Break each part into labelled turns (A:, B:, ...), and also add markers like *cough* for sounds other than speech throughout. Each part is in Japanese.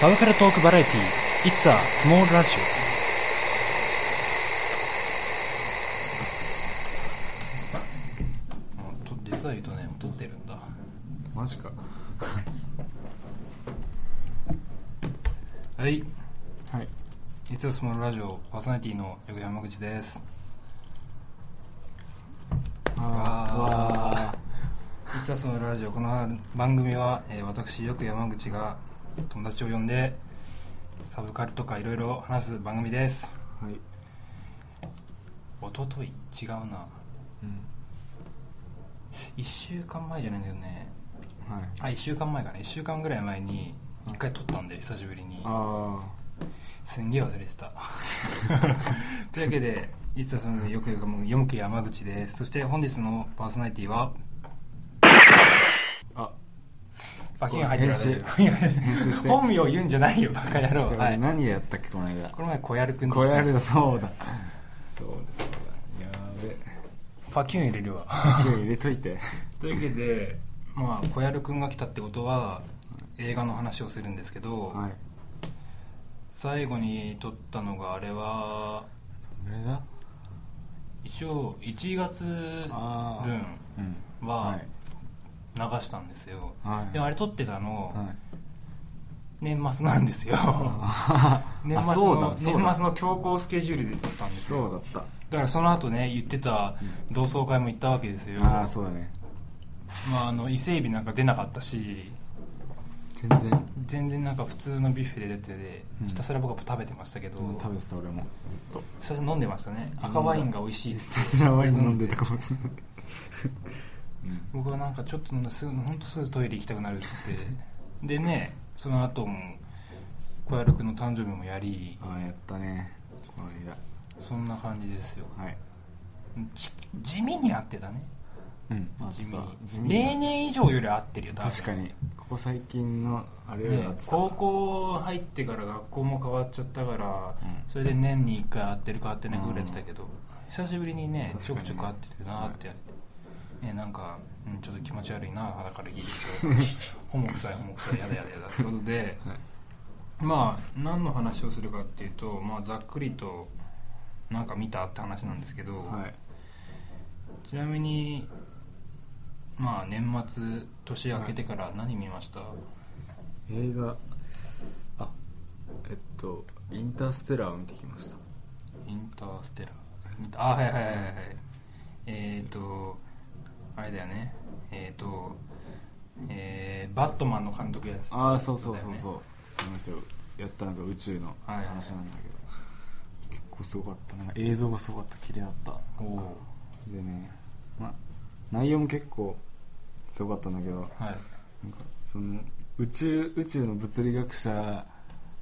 A: サブカルトークバラエティ It's a Small Radio
B: 実は言うとね撮ってるんだ
C: マジか
B: はい
C: はい
B: 「いつはスモールラジオ」パーソナリティの横山口です
C: あ
B: 「いつはスモールラジオ」この番組は、えー私よく山口が友達を呼んでサブカルとかいろいろ話す番組です
C: ーはい、
B: おととい違うな
C: うん
B: 1週間前じゃないんだよね
C: は
B: あ
C: い、
B: 1週間前かな1週間ぐらい前に1回撮ったんで久しぶりに
C: あ
B: すんげえ忘れて
C: *laughs*
B: たというわけでいつはそのよく読む読む気山口ですそして本日のパーソナリティは
C: あ
B: バキン入ってる
C: 編集編集して
B: 本名言うんじゃないよバカ野郎、
C: それ
B: はい、
C: 何やったっけこの間
B: この前小籔君
C: これあれだ
B: だ
C: そうだそうだそうだやーべ
B: バキュン入れ
C: *laughs*
B: るわ
C: 手入れといて
B: というわけでまあ小籔君が来たってことは映画の話をするんですけど、
C: はい
B: 最後に撮ったのがあれは
C: これだ
B: 一応1月分
C: あーうん
B: は
C: はい
B: 流したんですよ、
C: はい
B: でもあれ撮ってたの、
C: はい
B: 年末なんですよ
C: あー
B: *laughs* 年
C: あ
B: 末
C: そう
B: の
C: だそう
B: 年
C: だ
B: 末の強行スケジュールで撮ったんです
C: そ
B: よ
C: うだっ
B: だからその後ね言ってた同窓会も行ったわけですよ、
C: たああそうだね
B: まあ、あの伊勢海老なんか出なかったし
C: 全然
B: 全然なんか普通のビュッフェで出てて
C: うん
B: ひたすら僕は食べてましたけど、
C: うん食べてた俺もずっと
B: ひ
C: *laughs*
B: たすら飲んでましたね
C: だ
B: 赤ワインが美味しいで
C: ひ
B: す
C: た *laughs* すらワイン飲んでたかもしれない
B: 僕はなんかちょっと飲んだらすぐほんとすぐトイレ行きたくなるっつってでねその後も小籔君の誕生日もやり
C: ああやったねこの間
B: そんな感じですよ
C: はい
B: ち地味に合ってたね
C: うんあ
B: 地味
C: そう
B: に例年以上より合ってるよ多分
C: 確かにここ最近のあれより
B: ね
C: は暑さ
B: 高校入ってから学校も変わっちゃったから、
C: うん
B: それで年に1回会ってるか会ってないかぐらいやってたけど、久しぶりにね
C: 確かにね
B: ちょくちょく会ってるなって、ね、なんか、うん、ちょっと気持ち悪いなだからいいでしょ
C: *laughs*
B: ホモ臭いホモ臭いやだやだやだってことで、
C: はい
B: まあ何の話をするかっていうと、まあ、ざっくりとなんか見たって話なんですけど、
C: はい
B: ちなみにまあ年末年明けてから何見ました、
C: 映画あえっとインターステラーを見てきました
B: インターステラーあはいはいはいはいはいえっ、ー、とあれだよねえっ、ー、とえー、バットマンの監督やつ
C: ああそうそう
B: だよ
C: そう
B: ね
C: そう、その人やったなんか宇宙の
B: はいはい
C: 話なんだけど、結構すごかったなんか映像がすごかった綺麗だった
B: おお
C: でねまあ内容も結構すごかったんだけど
B: はい
C: なんかその宇宙宇宙の物理学者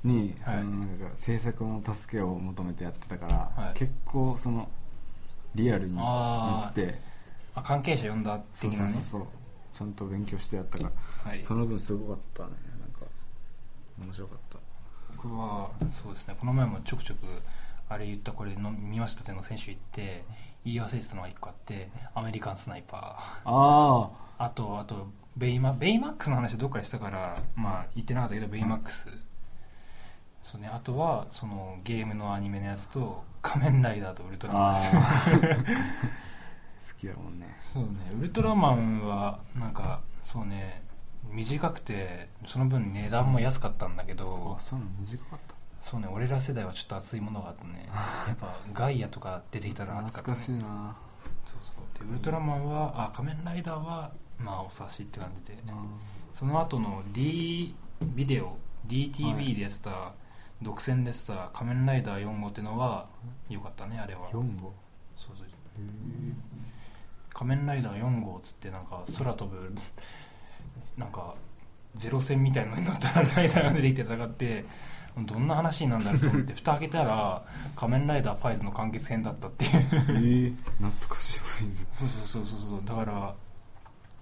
C: に
B: は
C: そ
B: い
C: のなんか制作の助けを求めてやってたから、
B: はい
C: 結構そのリアルに
B: あ
C: 見
B: ー
C: てて
B: あ関係者呼んだ
C: そう
B: 的
C: そ
B: な
C: う
B: ね
C: そうそうちゃんと勉強してやったから、
B: はい
C: その分すごかったねなんか面白かった
B: 僕はそうですねこの前もちょくちょくあれ言ったこれの見ましたっていうのを選手言って言い忘れてたのが一個あってアメリカンスナイパー
C: あ
B: あとあとベイマベイマックスの話はどっかでしたからまあ言ってなかったけどベイマックス、そうねあとはそのゲームのアニメのやつと仮面ライダーとウルト
C: ー
B: ラマン
C: あ
B: です
C: ー *laughs* 好きだもんね
B: *laughs* そうねウルトラマンはなんかそうね短くてその分値段も安かったんだけど
C: あそうなの短かった
B: そうね俺ら世代はちょっと熱いものがあったねやっぱガイアとか出てきたら熱かった、
C: 懐かしい
B: ね、
C: な
B: そうそうでウルトラマンはあ仮面ライダーはまあお察しって感じで、その後の D ビデオ
C: はい
B: DTV でやってた、独占でやってた「仮面ライダー4号」ってのは良かったねあれは
C: 4号
B: そうそう
C: へー
B: 仮面ライダー4号」っつってなんか空飛ぶなんかゼロ戦みたいなのに乗ったライダーが出てきて戦ってどんな話になんだろうと思って蓋開けたら「仮面ライダーファイズ」の完結編だったっていう *laughs*
C: えー、懐かしいフレーズ
B: そうそうそうそうそうだから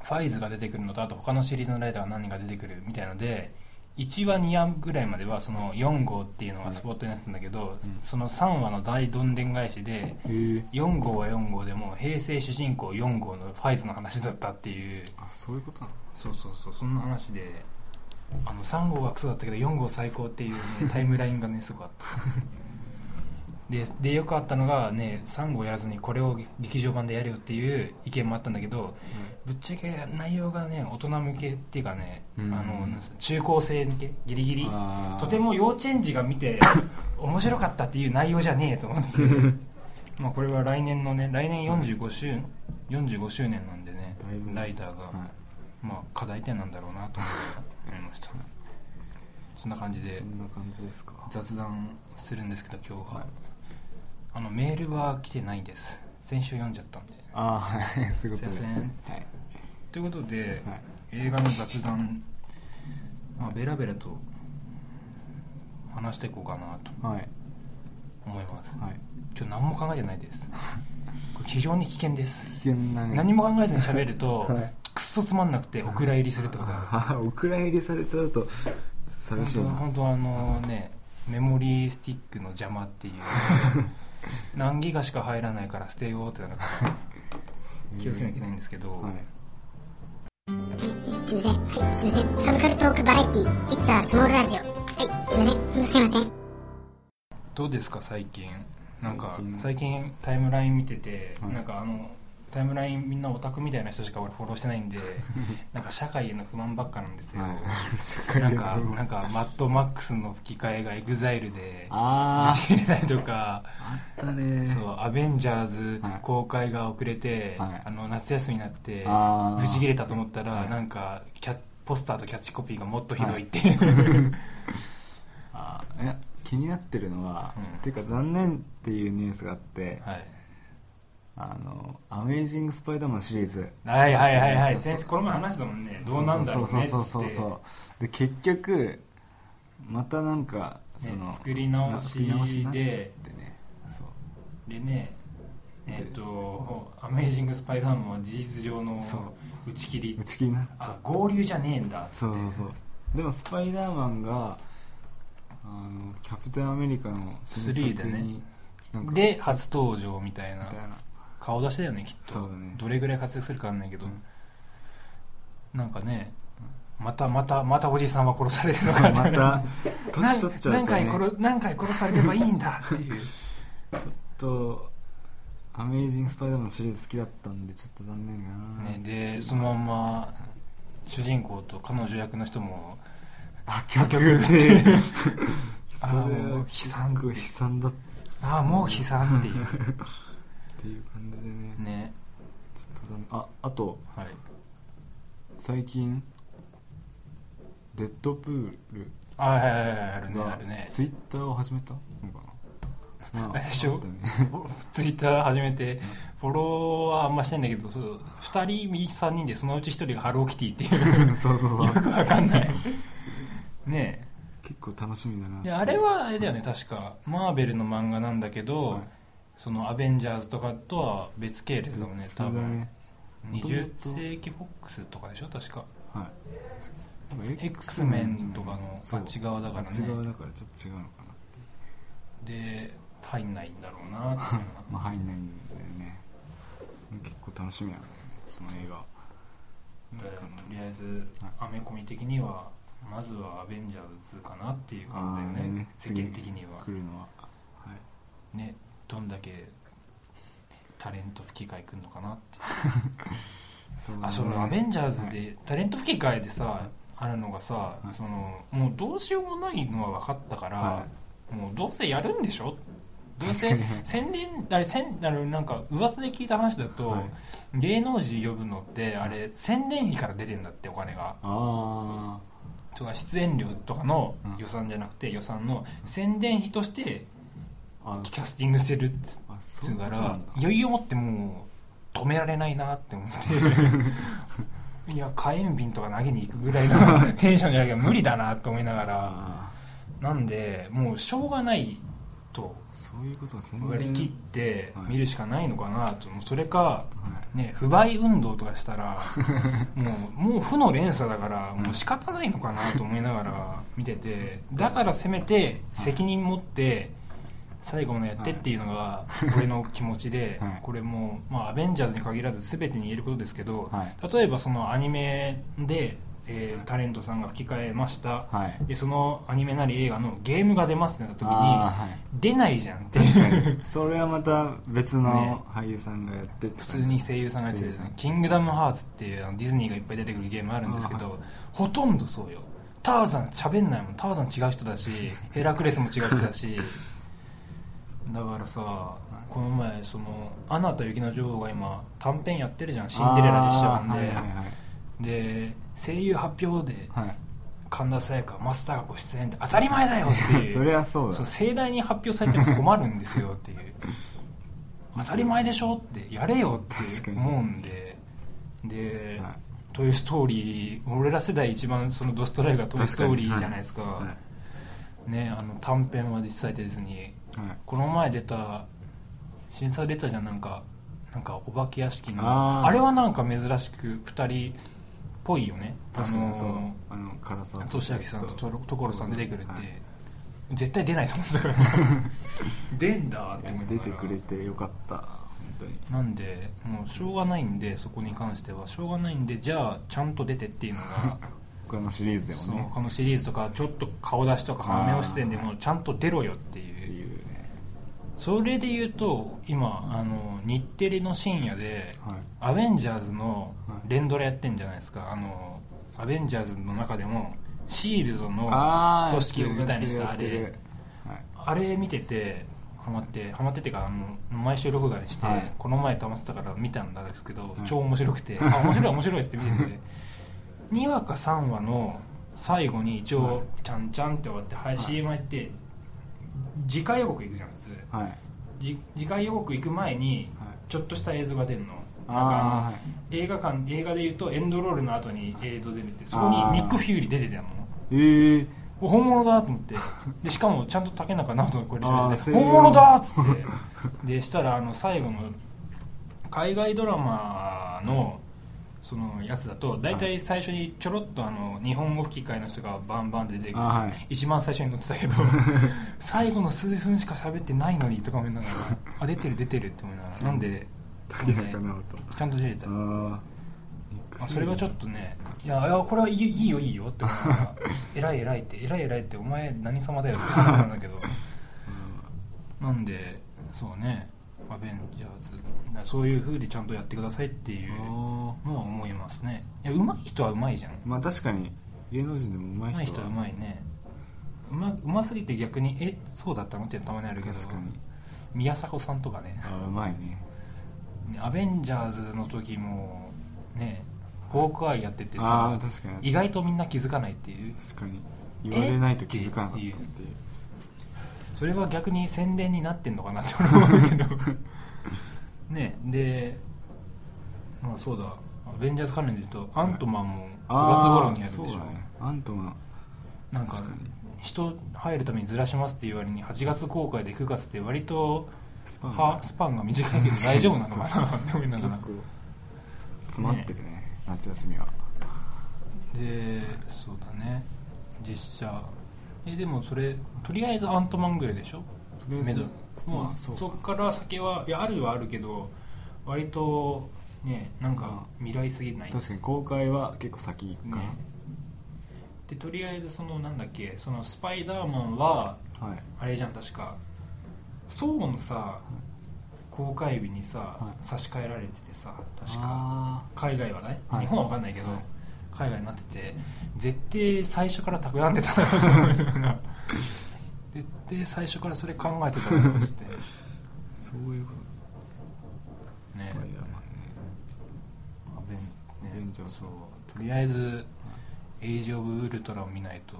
B: ファイズが出てくるのとあと他のシリーズのライダーが何人か出てくるみたいので1話2話ぐらいまではその4号っていうのがスポットになってたんだけど、
C: うん
B: その3話の大どんでん返しで
C: へー
B: 4号は4号でも平成主人公4号のファイズの話だったっていう
C: あそういうことなの
B: そうそうそうそんな話であの3号がクソだったけど4号最高
C: *laughs*
B: っていう、ね、タイムラインがねすごかったででよくあったのがね3号やらずにこれを劇場版でやれよっていう意見もあったんだけどぶっちゃけ内容がね大人向けっていうかね、
C: うん
B: あのなんすか中高生向けギリギリ
C: あー
B: とても幼稚園児が見
C: *laughs*
B: て面白かったっていう内容じゃねえと思ってまあこれは来年のね来年45周45周年なんでね
C: だいぶ
B: ライターが、
C: は
B: まあ課題点なんだろうなと思い思いましたそんな感じ
C: い、
B: で
C: そんな感じですか
B: 雑談するんですけど今日は、
C: はい
B: あのメールは来てないです先週読んじゃったんで
C: ああはいそういうことです
B: いません
C: はい
B: ということで、
C: はい
B: 映画の雑談、まあ、ベラベラと話していこうかなと
C: はい
B: 思います
C: はい
B: 今日何も考えてないですこれ非常に危険です
C: 危険なね
B: 何も考えずに喋ると、
C: はい
B: くっそつまんなくてお蔵入りするってことある
C: ああ *laughs* お蔵入りされちゃうと寂しいな
B: 本当あのねメモリースティックの邪魔っていう
C: *laughs*
B: 何ギガしか入らないから捨てようってなるから気をつけなきゃいけないんですけど、
C: はい
D: すいません。はい、すいません。サブカルトークバラエティー、It's a Small Radio。はい、すいません。ほんとすいません。
B: どうですか最近なんか
C: 最近
B: 最近タイムライン見てて、
C: はい
B: なんかあのタイムラインみんなオタクみたいな人しか俺フォローしてない
C: *laughs*
B: んでなんか社会への不満ばっかなんですよ、
C: はいしっかり *laughs*
B: なんか
C: やろう
B: なんかマッドマックスの吹き替えがエグザイルで
C: あ
B: ぶち切れたりとか
C: ああったね
B: そう「アベンジャーズ
C: はい」
B: 公開が遅れて、
C: はい
B: あの夏休みになって
C: あー
B: ブチ切れたと思ったら、
C: はい
B: なんかキャポスターとキャッチコピーがもっとひどいっていう、
C: *laughs* あーいや気になってるのは、
B: うん
C: っていうか残念っていうニュースがあって、
B: はい、
C: あの「アメイジング・スパイダーマン」シリーズ
B: はいはいはいはい
C: そうそうそう
B: 先生この前話したもんねどうなんだろうねっつって
C: そうそうそうそうそうで結局またなんかその、
B: 作り直しで
C: な作り直しになっちゃってねそう
B: でねえっ、と「アメイジング・スパイダーマン」は事実上の
C: そ
B: 打ち切り
C: 打ち切りになっちゃ
B: あ合流じゃねえんだっ
C: う
B: つ
C: そうそうそうでもスパイダーマンがあのキャプテンアメリカの新
B: ス
C: 作
B: リーでね
C: になんか
B: で初登場みたい
C: み
B: な
C: たいな
B: 顔出しだよねきっと
C: そうだね
B: どれぐらい活躍するかわかんないけど、
C: うん
B: なんかねまたまたまたおじさんは殺されるの
C: そ
B: か
C: うま
B: *laughs*
C: た年取っちゃう
B: 何
C: と、ね、
B: 回殺何回殺されればいいんだっていう
C: と「アメイジング・スパイダーマン」シリーズ好きだったんでちょっと残念かな、
B: ねでそのまんま主人公と彼女役の人も
C: 破
B: *laughs* 局
C: 局で
B: あ
C: それ
B: ーもう
C: は
B: 悲惨
C: 悲惨だっ
B: ああもう悲惨っていう
C: ていう感じでね
B: ね
C: ちょっと残念ああと
B: はい
C: 最近デッドプール
B: あはいはいはいはいあるねあ
C: が
B: るね
C: ツイッターを始めたのかな、
B: *laughs* あれでしょ
C: あったね
B: ツイッター始めてフォロワーはあんましてんだけどそう2人右3人でそのうち1人がハローキティっていう
C: *laughs* そうそうそう
B: よくわかん
C: *laughs*
B: ないね
C: 結構楽しみだな
B: えであれはあれだよね確かマーベルの漫画なんだけど、
C: はい
B: そのアベンジャーズとかとは別系列だもんね
C: 別
B: 多
C: だ
B: 分
C: ね
B: 20世紀フォックスとかでしょ確か
C: はいなんか
B: X メンとかの
C: そ
B: あ
C: う
B: っち側だから
C: あっち側
B: ね
C: だからちょっと違うのかなって
B: で入んないんだろうなっていうのは
C: まあ入んないんだよね結構楽しみだねその映画
B: だからとりあえず、
C: はい
B: アメコミ的にはまずは「アベンジャーズ2」かなっていう感じだよね
C: あーね
B: 世間的には
C: 来るのははい
B: ねどんだけタレント吹き替えくんのかなっていう
C: そう
B: あその「アベンジャーズ
C: は」
B: でタレント吹き替えでさあるのがさ
C: はい
B: そのもうどうしようもないのは分かったから、
C: は
B: もうどうせやるんでしょどう
C: 確
B: せ
C: かに
B: 宣伝あれ宣あのなんか噂で聞いた話だと、
C: はい
B: 芸能人呼ぶのってあれ宣伝費から出てんだってお金が
C: あ
B: とか出演料とかの
C: うん
B: 予算じゃなくて予算の宣伝費として
C: ーあ
B: キャスティングしてるっつ
C: あそ
B: つう
C: うな
B: か
C: ん
B: ら
C: だ
B: 余裕を持ってもう止められないなって思っていや火炎瓶とか投げに行くぐらい
C: *laughs*
B: のテンションじゃなきゃ無理だなと思いながら
C: あ
B: なんでもうしょうがないと
C: ー *laughs* そういうことは全然
B: 割り切って
C: はい
B: 見るしかないのかなとそれか
C: はい
B: ね、不買運動とかした
C: *laughs*
B: らもうもう負の連鎖だからもう仕方ないのかなと思いながら見ててだからせめて責任持って最後までやってっていうのが俺の気持ちで、
C: はい
B: これも、まあ、アベンジャーズに限らず全てに言えることですけど、
C: はい
B: 例えばそのアニメでえータレントさんが吹き替えました、
C: はい
B: でそのアニメなり映画のゲームが出ますってなった時に、
C: あーはい
B: 出ないじゃんって
C: 確かに *laughs* それはまた別の俳優さんがやってって
B: 普通に声優さんがやっててです
C: 声優
B: ね「キングダムハーツ」っていうあのディズニーがいっぱい出てくるゲームあるんですけ
C: あー
B: どほとんどそうよターザン喋んないもんターザン違う人だしヘラクレスも違う人だしだからさこの前その「アナと雪の女王」が今短編やってるじゃんシンデレラ実写版で、
C: あーはいはい
B: で声優発表で
C: はい、はい
B: 神田沙也加マスターがご出演で当たり前だよっていう
C: *laughs* そりゃそうだ
B: そう盛大に発表されても困るんですよ
C: *laughs*
B: っていう当たり前でしょってやれよって
C: 確かに
B: 思うんでで、
C: はい
B: トイ・ストーリー」俺ら世代一番そのドストライクが「トイ・ストーリー」じゃないですか
C: はいは
B: ね、あの短編は実際出ずに
C: いはい
B: この前出た審査出たじゃんなんかなんかお化け屋敷の
C: あ
B: あ
C: ー
B: れはなんか珍しく2人っぽいよね
C: 確か
B: あの
C: にそうあの唐沢
B: 俊明さんととろ所さん出てくるって、
C: はい
B: 絶対出ないと思ってた
C: *laughs*
B: から出んだって
C: い
B: 思
C: や
B: って
C: 出てくれてよかった本当に
B: なんでもうしょうがないんでそこに関してはしょうがないんでじゃあちゃんと出てっていうの
C: *laughs*
B: が
C: 他のシリーズで
B: そ
C: も
B: の
C: ね
B: 他のシリーズとかちょっと顔出しとか
C: あー
B: 目を出演でもちゃんと出ろよって
C: って
B: いう
C: いうね
B: それで言うと今あの日テレの深夜で
C: はい
B: 「アベンジャーズ」の
C: はい
B: 連ドラやってんじゃないですかあのアベンジャーズの中でもシールドの
C: あー
B: 組織を舞台にした
C: や
B: あ
C: ってるやって
B: れ
C: るはい
B: あれ見ててハマってハマってっていうかあの毎週録画にして、
C: はい
B: この前溜まってたから見たんですけど、
C: い
B: 超面白く
C: *laughs*
B: てあ面白い面白いっつって見てて2話か3話の最後に一応「ちゃんちゃん」って終わって、はい、CM 入って次回予告行くじゃん普通
C: はい
B: じ次回予告行く前に
C: はい
B: ちょっとした映像が出るの
C: あ
B: なんかあの
C: あはい
B: 映画館映画で言うとエンドロールの後に映像出るってそこにニック・フューリー出てたの
C: ええ
B: お本物だと思ってでしかもちゃんと竹中直人の声で
C: あー
B: 出て
C: 声
B: て
C: 優
B: 本物だっつってでしたらあの最後の海外ドラマのそのやつだと大体最初にちょろっとあの日本語吹き替えの人がバンバンって出てくる、
C: あはい
B: 一番最初に載ってたけ
C: *laughs*
B: ど最後の数分しか喋ってないのにとか思いながらあ出てる出てるって思いながらなんで
C: 竹中直人
B: ちゃんと出てた
C: あ
B: まあ、それはちょっとねいやいやこれはいいいいよいいよって思いながら
C: *laughs*
B: 偉い偉いって偉い偉いってお前何様だよって思ったんだけどなんでそうねアベンジャーズそういう風でちゃんとやってくださいっていう
C: あ
B: の
C: ー
B: は思いますねいや上手い人は上手いじゃん
C: まあ確かに芸能人でも上
B: 上
C: 手
B: 手
C: い
B: い
C: 人
B: 人
C: は
B: は上手いねうまうますぎて逆にえそうだったのってたまにあるけど
C: 確かに
B: 宮迫さんとかね
C: あーうまいね
B: ねアベンジャーズの時もねホークアイやってて
C: あ
B: さ
C: あ確かに
B: 意外とみんな気づかないっていう
C: 確かに言われないと気づかなかったっていう
B: それは逆に宣伝になってんのかなって思う
C: *laughs*
B: けどねでまあそうだアベンジャーズ関連で言うとアントマンも9月頃にやるでし
C: あーそう
B: ょ、
C: だねアントマン
B: なんか
C: 確かに
B: 人入るためにずらしますっていう割に8月公開で9月って割と
C: スパン
B: はスパンが短いけど大丈夫なのかなって思いなが
C: 結
B: ら
C: 構詰まってるね夏休みは
B: *laughs* でそうだね実写えでもそれとりあえずアントマンぐらいでしょ
C: とりあえず
B: メドもう、
C: まあそ
B: そう
C: か
B: っから先はいやあるはあるけど割とねなんか未来すぎない、
C: 確かに公開は結構先かな、
B: ねでとりあえずそのなんだっけそのスパイダーマンは
C: はい
B: あれじゃん確かソーのさ公開日にさ、
C: はい
B: 差し替えられててさ確か
C: あ
B: 海外はね、
C: は
B: 日
C: い
B: 本は分かんないけど、海外になってて絶対最初から企んでたなと思いなが
C: *laughs*
B: ら絶対最初からそれ考えてたなっつって
C: ーそういうこと
B: ね
C: スパイダーマンね
B: アベンね
C: アベンジャーズ
B: そうとりあえず「エイジ・オブ・ウルトラ」を見ないと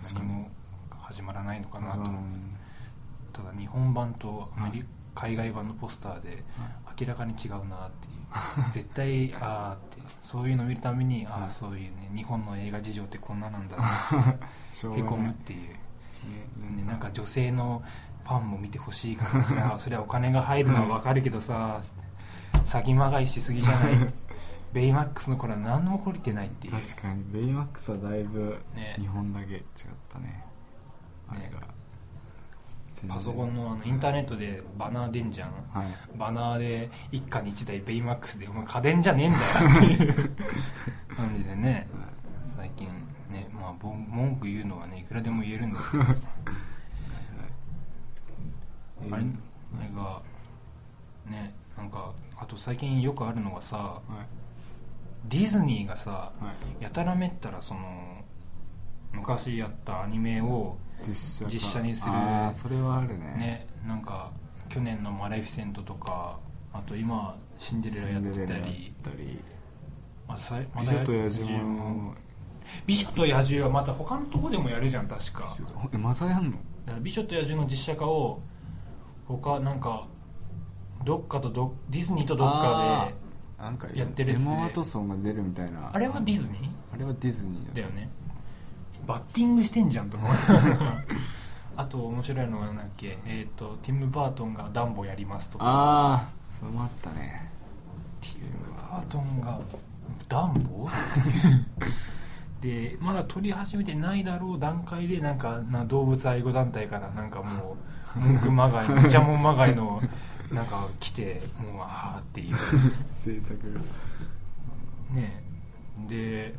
C: 確か
B: 何
C: に
B: も始まらないのかな
C: そ
B: と
C: うだね
B: ただ日本版とアメリ
C: は
B: 海外版のポスターで明らかに違うなっていう
C: *laughs*
B: 絶対ああってそういうの見るためにあ
C: は
B: あ
C: い
B: そういうね日本の映画事情ってこんななんだな
C: し *laughs* ょう
B: へ
C: が
B: こ
C: な
B: むっ
C: い
B: ていう、
C: ね
B: ね、なんか女性のファンも見てほしいからそれはそれはお金が入るのはわかるけどさ詐欺まがいしすぎじゃないベイマックスの頃は何も懲りてないっていう
C: 確かにベイマックスはだいぶ
B: ね
C: 日本だけ違ったねあれが、
B: パソコンのあのインターネットでバナー出んじゃん
C: はい
B: *laughs* バナーで一家
C: *laughs*
B: に一台ベイマックスでお前家電じゃねえんだよっていう感じでね
C: はい
B: 最ぼん文句言うのはねいくらでも言えるんですけどあれあれがねなんかあと最近よくあるのがさ
C: はい
B: ディズニーがさ
C: はい
B: やたらめったらその昔やったアニメを
C: 実写化
B: 実写にする
C: ああそれはあるね
B: ねなんか去年の「マレフィセント」とかあと今「シンデレ
C: シ
B: ラ」やっ
C: ン
B: て
C: デレラ
B: た
C: やっ
B: り
C: たり
B: まあさい
C: 「
B: ま
C: 美
B: だや
C: 女と野獣」も
B: 美女と野獣はまた他のとこでもやるじゃん確か
C: えまたやんの
B: だから美女と野獣の実写化を他なんかどっかとどディズニーとどっか
C: なんか
B: やってるっすね
C: エマ・ワトソンが出るみたいな
B: であれはディズニ
C: あれはディズニー
B: ー
C: だ
B: だよねバッティングしてんじゃんと思う *laughs* あと面白いのがなんだっけえっ、とティム・バートンがダンボやりますとか
C: ああそれもあったね
B: ティム・バートンがダンボでまだ撮り始めてないだろう段階でなんかな動物愛護団体からなんかもう文句まがいのイチャモンまがいのなんか来てもうああっていう
C: 制作が
B: ねで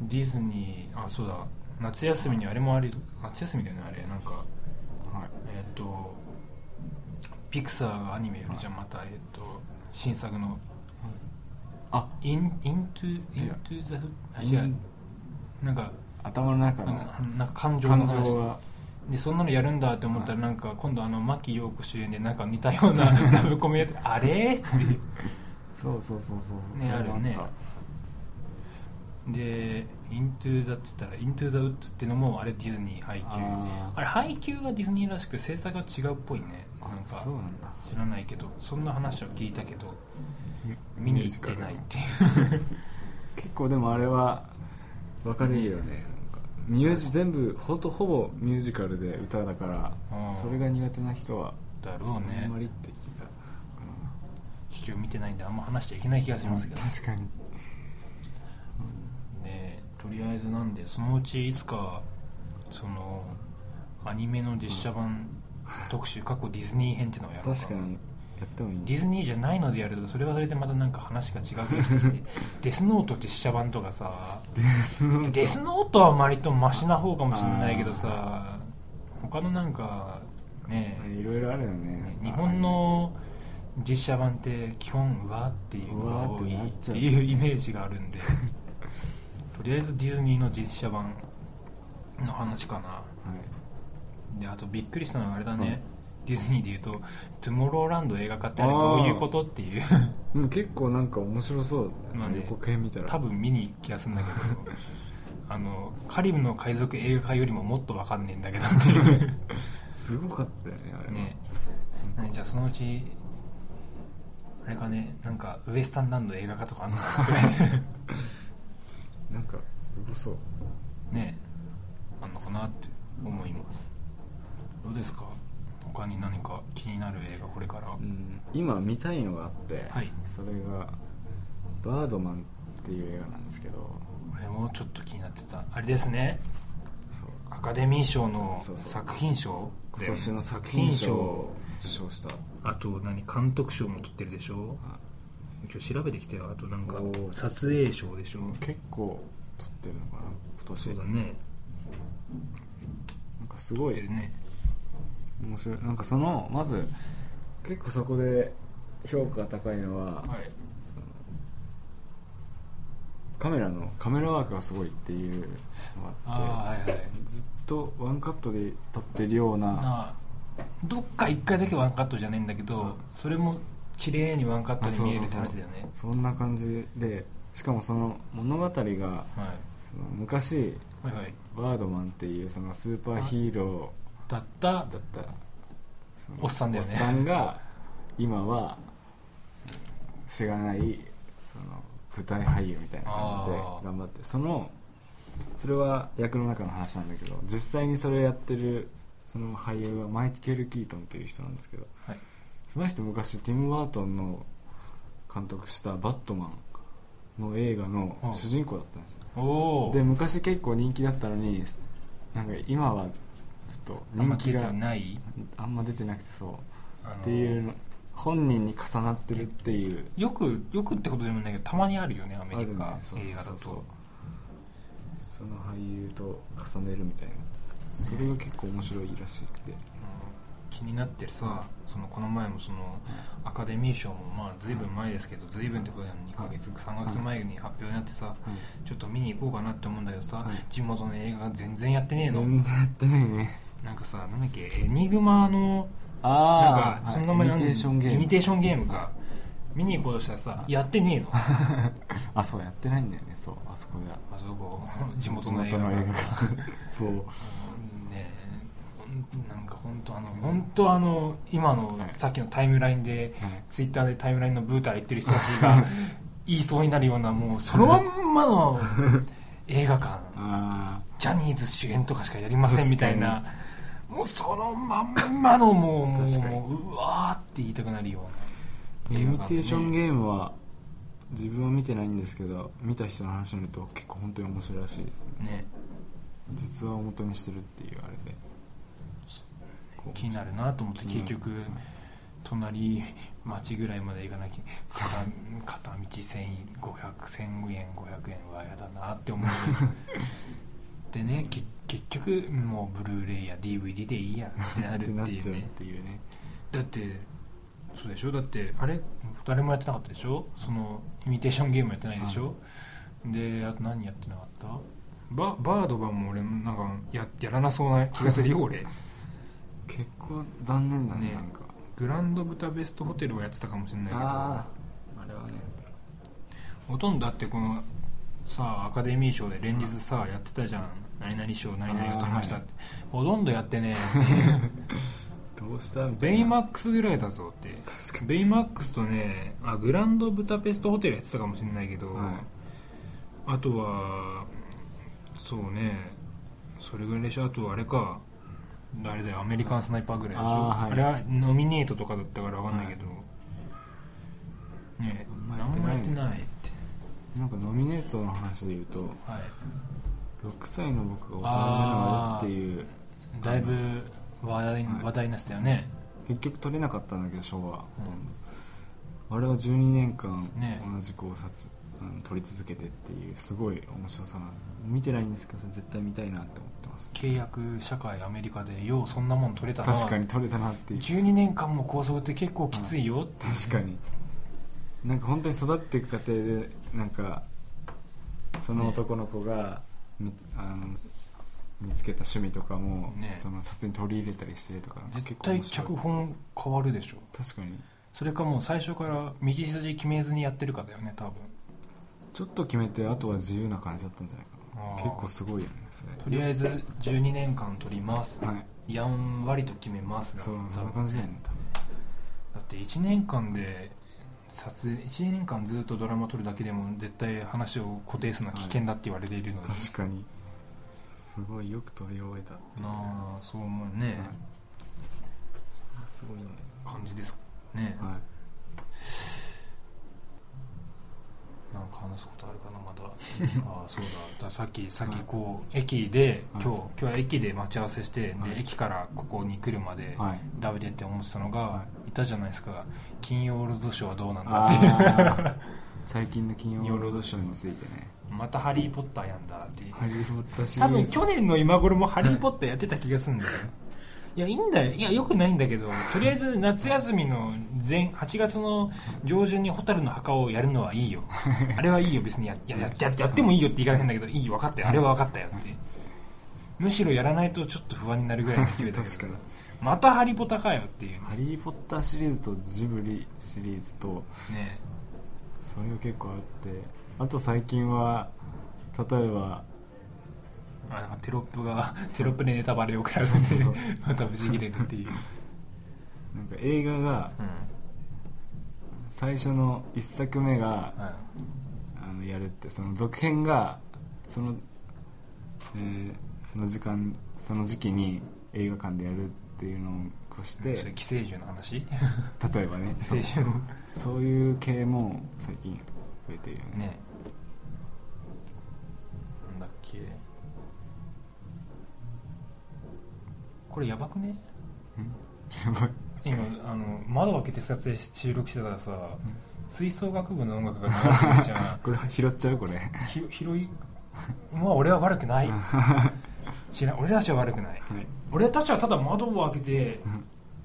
B: ディズニーあそうだ夏休みにあれもあり夏休みだよねあれなんか
C: はい
B: えっとピクサーがアニメやるじゃんまたえっと新作の
C: あ
B: インイントゥイ
C: い
B: ン
C: や
B: トゥザフあ
C: イン
B: 違うなんか
C: 頭の中
B: あ
C: の
B: のなんか感情の
C: 感
B: 話
C: 情が
B: でそんなのやるんだって思ったらなんか今度あの牧陽子主演でなんか似たような *laughs* ラブコメやってあれっていう
C: そうそうそうそう
B: ね
C: それ
B: あるよね
C: った
B: で「イントゥ・ザ・」っつったら「イントゥ・ザ・ウッズ」ってのもあれディズニー配給あ
C: あー
B: れ配給がディズニーらしくて制作が違うっぽいねなん
C: あ
B: か
C: そうなんだ
B: 知らないけどそんな話を聞いたけど見
C: ミ
B: に
C: ュー
B: 行
C: ジ
B: っ
C: カル
B: てないっていう
C: 結構でもあれは分かれるよねなんかミュージ全部ほんとほぼミュージカルで歌だか
B: う
C: ら
B: ん
C: それが苦手な人は
B: だ
C: あ
B: ろうんね
C: まりって聞いたか
B: 秘境見てないんであんま話しちゃいけない気がし
C: な
B: ますけど
C: 確かに
B: ねとりあえずなんでそのうちいつかそのアニメの実写版特集過去ディズニー編っていうのをやろうか
C: 確かにやってもいい
B: ディズニーじゃないのでやるとそれはそれでまたなんか話が違う気がしてき
C: *laughs*
B: てデスノート実写版とかさデスノートは割とマシな方かもしれないけどさ他のなんかね
C: いろいろあるよね
B: 日本の実写版って基本うわーっていうのが多
C: うわーってない
B: っ
C: っち
B: て
C: ゃう
B: いうイメージがあるんでとりあえずディズニーの実写版の話かな
C: はい
B: であとびっくりしたのはあれだね、ディズニーでいうと「トゥモローランド映画化ってあれどういうこと?」っていう
C: でも結構なんか面白そう
B: まあね
C: 予告編見たら
B: 多分見に行く気がするんだけどあのカリブの海賊映画化よりももっとわかんねえんだけどっていう
C: すごかったよねあれは
B: ね何じゃあそのうちあれかねなんかウエスタンランド映画化とかあんのかなとか
C: *laughs* なんかすごそう
B: ねあんのかなって思いますどうですか他に何か気になる映画これから
C: うん今見たいのがあって
B: はい
C: それが「バードマン」っていう映画なんですけど
B: 俺もちょっと気になってたあれですね
C: そう
B: アカデミー賞の
C: そうそう
B: 作品賞
C: 今年の作品賞を受賞した
B: あと何監督賞も取ってるでしょ
C: は
B: 今日調べてきたよあとなんか
C: おー
B: 撮影賞でしょ
C: 結構撮ってるのかな今年
B: そうだね
C: なんかすご
B: 撮って
C: い
B: るね
C: 面白いなんかそのまず結構そこで評価が高いの
B: は
C: は、
B: い
C: そのカメラのカメラワークがすごいっていうの
B: あ
C: があっ
B: あはいはい
C: てずっとワンカットで撮ってるような
B: なあどっか一回だけワンカットじゃねえんだけどそれも綺麗にワンカットに見えるって話だよね
C: そんな感じでしかもその物語がその
B: はい
C: 昔
B: はいはい
C: バードマンっていうそのスーパーヒーロー
B: だった
C: だったその
B: おっさんだよね
C: おっさんが今はしがないその舞台俳優みたいな感じで
B: あー
C: 頑張ってそのそれは役の中の話なんだけど実際にそれをやってるその俳優はマイケル・キートンっていう人なんですけど、
B: はい
C: その人昔ティム・バートンの監督した「バットマン」の映画の主人公だったんですよ
B: おお
C: で昔結構人気だったのになんか今はちょっと
B: あんま
C: 人
B: 聞
C: 気
B: い
C: が
B: てない
C: あんま出てなくてそう
B: あの
C: っていうの本人に重なってるっていう
B: よくよくってことでもないけどたまにあるよねア
C: あ
B: メリ
C: るね
B: カ
C: そうそう
B: 映画だ
C: そう
B: と
C: その俳優と重ねるみたいなそれが結構面白いらしくて
B: 気になってるさそのこの前もそのアカデミー賞もまあ随分前ですけど随分ってことで2ヶ月3ヶ月前に発表になってさちょっと見に行こうかなって思うんだけどさ
C: はい
B: 地元の映画が全然やってねえの
C: 全然やってないね
B: なんかさなんだっけエニグマのなん
C: あ
B: かその名前
C: イ
B: なん
C: ミテーションゲーム
B: イミテーションゲームか見に行こうとしたらさやってねえのあ
C: *laughs* あそうやってないんだよねそうあそこが
B: そ
C: *laughs*
B: こ地元の映画
C: 地
B: が
C: 元の *laughs* がそう
B: ねえなんか本当あの本当あの今の
C: はい
B: さっきのタイムラインで、
C: はい
B: ツイッターでタイムラインのブータラ言ってる人たちが *laughs* 言いそうになるようなもうそのまんま
C: *laughs*
B: の映画館
C: あ
B: ジャニーズ主演とかしかやりませんみたい
C: 確
B: なもうそのまんまのもうも
C: 確
B: う
C: かに
B: もううわーって言いたくなるよう
C: ー
B: な
C: イミテーション
B: ー
C: ゲームは自分は見てないんですけど見た人の話を見ると結構本当に面白いらしいですね
B: ムね
C: 実話を元にしてるっていうあれでこう
B: 気になるなと思って
C: 気に
B: 結
C: なる
B: 局隣町ぐらいまで行かなきゃ片片道1500円500円はやだなって思うでねけ結局もうブルーレイや DVD でいいやってなる
C: ってな
B: っ
C: って
B: いう
C: ちゃうっ
B: ね
C: ていうね
B: だってそうでしょだってあれ誰もやってなかったでしょそのイミテーションゲームやってないでしょ、であと何やってなかったババードバンも俺なんかややらなそうな気がする *laughs* よ俺
C: 結構残念だね
B: ね
C: なんか
B: グランドブタベストホテルはやってたかもしれないけど
C: あれはね
B: ほとんどだってこのさあアカデミー賞で連日さやってたじゃん何々賞何々が取りましたって、ほとんどやってねえって
C: どうしたみたいな
B: ベイマックスぐらいだぞって
C: 確か
B: ベイマックスとねあグランドブタペストホテルやってたかもしれないけど、
C: はい
B: あとはそうねそれぐらいでしょあとあれかあれだよアメリカンスナイパーぐらいでしょあ,、
C: あーはい
B: れはノミネートとかだったから分かんないけど、ね
C: あんまやっ
B: 何
C: て
B: も
C: ない
B: やってないって
C: なんかノミネートの話で言うと
B: はい
C: 6歳の僕が大人になるまでっていう
B: だいぶ話題,、
C: はい
B: 話題になってたよね
C: 結局取れなかったんだけど賞はほ
B: うん
C: とんど、あれは12年間
B: ね
C: 同じ考察、うん、取り続けてっていうすごい面白さが見てないんですけど絶対見たいなって思ってます
B: 契約社会アメリカでようそんなもん取れたな
C: 確かに取れたなっていう
B: 12年間も拘束って結構きついよって、
C: 確かになんか本当に育っていく過程でなんかその男の子が、みあの見つけた趣味とかも、
B: ね
C: その撮影に取り入れたりしてとかなんか
B: 絶
C: 結構
B: 対
C: 面白い
B: 脚本変わるでしょ
C: 確かに
B: それかもう最初から道筋決めずにやってるかだよね多分
C: ちょっと決めてあとは自由な感じだったんじゃないか
B: あ
C: な
B: ー
C: 結構すごいよねそれ
B: とりあえず12年間取ります、
C: はい
B: やんわりと決めますだ
C: そう
B: 多分
C: そんな感じだよね多分
B: だって1年間で撮影1年間ずっとドラマ撮るだけでも絶対話を固定するのは危険だって言われているので、
C: 確かにすごいよく撮り終えたっていう、
B: なあそう思うね、
C: はいすごいよね
B: 感じですね、
C: はい
B: なんか話すことあるかな
C: *laughs*
B: まだああそうだださっきさっきこう、駅で今日、
C: はい
B: 今日は駅で待ち合わせして、
C: はい
B: で駅からここに来るまで
C: はい
B: 食べてって思ってたのが、、
C: はい
B: たじゃないですか金曜ロードショーはどうなんだっていう
C: あー *laughs* 最近の金曜ロードショーについてね
B: *laughs* また「ハリー・ポッター」やんだっていう
C: ハリー・ポッターシリ
B: 多
C: ー
B: 分
C: ズ
B: 去年の今頃も「ハリー・ポッター」やってた気がするんだよいやいいんだよいやよくないんだけどとりあえず夏休みの前8月の上旬に蛍の墓をやるのはいい *laughs* よあれはいいよ別にやややややってもいいよって言いかないんだけどいいよ分かったよあれは分かったよってむしろやらないとちょっと不安になるぐらいの勢いだけ
C: *laughs* 確か
B: ど
C: に
B: また「ハリポタ」かよっていう
C: ハリー・ポッターシリーズとジブリシリーズと
B: ね
C: それが結構あってあと最近は例えば
B: あなんかテロップが *laughs* テロップでネタバレを食らうの
C: そうそう
B: で *laughs* また無事切れるっていう、
C: なんか映画が
B: うん
C: 最初の1作目が
B: はい
C: あのやるってその続編がその,、えーその時間その時期に映画館でやるっていうのを越し
B: それ
C: て
B: 寄生獣の話
C: 例えばね
B: 寄生獣の
C: そういう系も最近増えているよね *laughs*
B: ねなんだっけこれやばくね *laughs*
C: やばい
B: 今あの窓開けて撮影し収録してたらさ、 *laughs* 吹奏楽部の音楽が流れてるじゃん
C: これ拾っちゃうこれ
B: ひ拾いまあ俺は悪くない *laughs* 知らん俺たちは悪くない
C: はい、
B: 俺たちはただ窓を開けて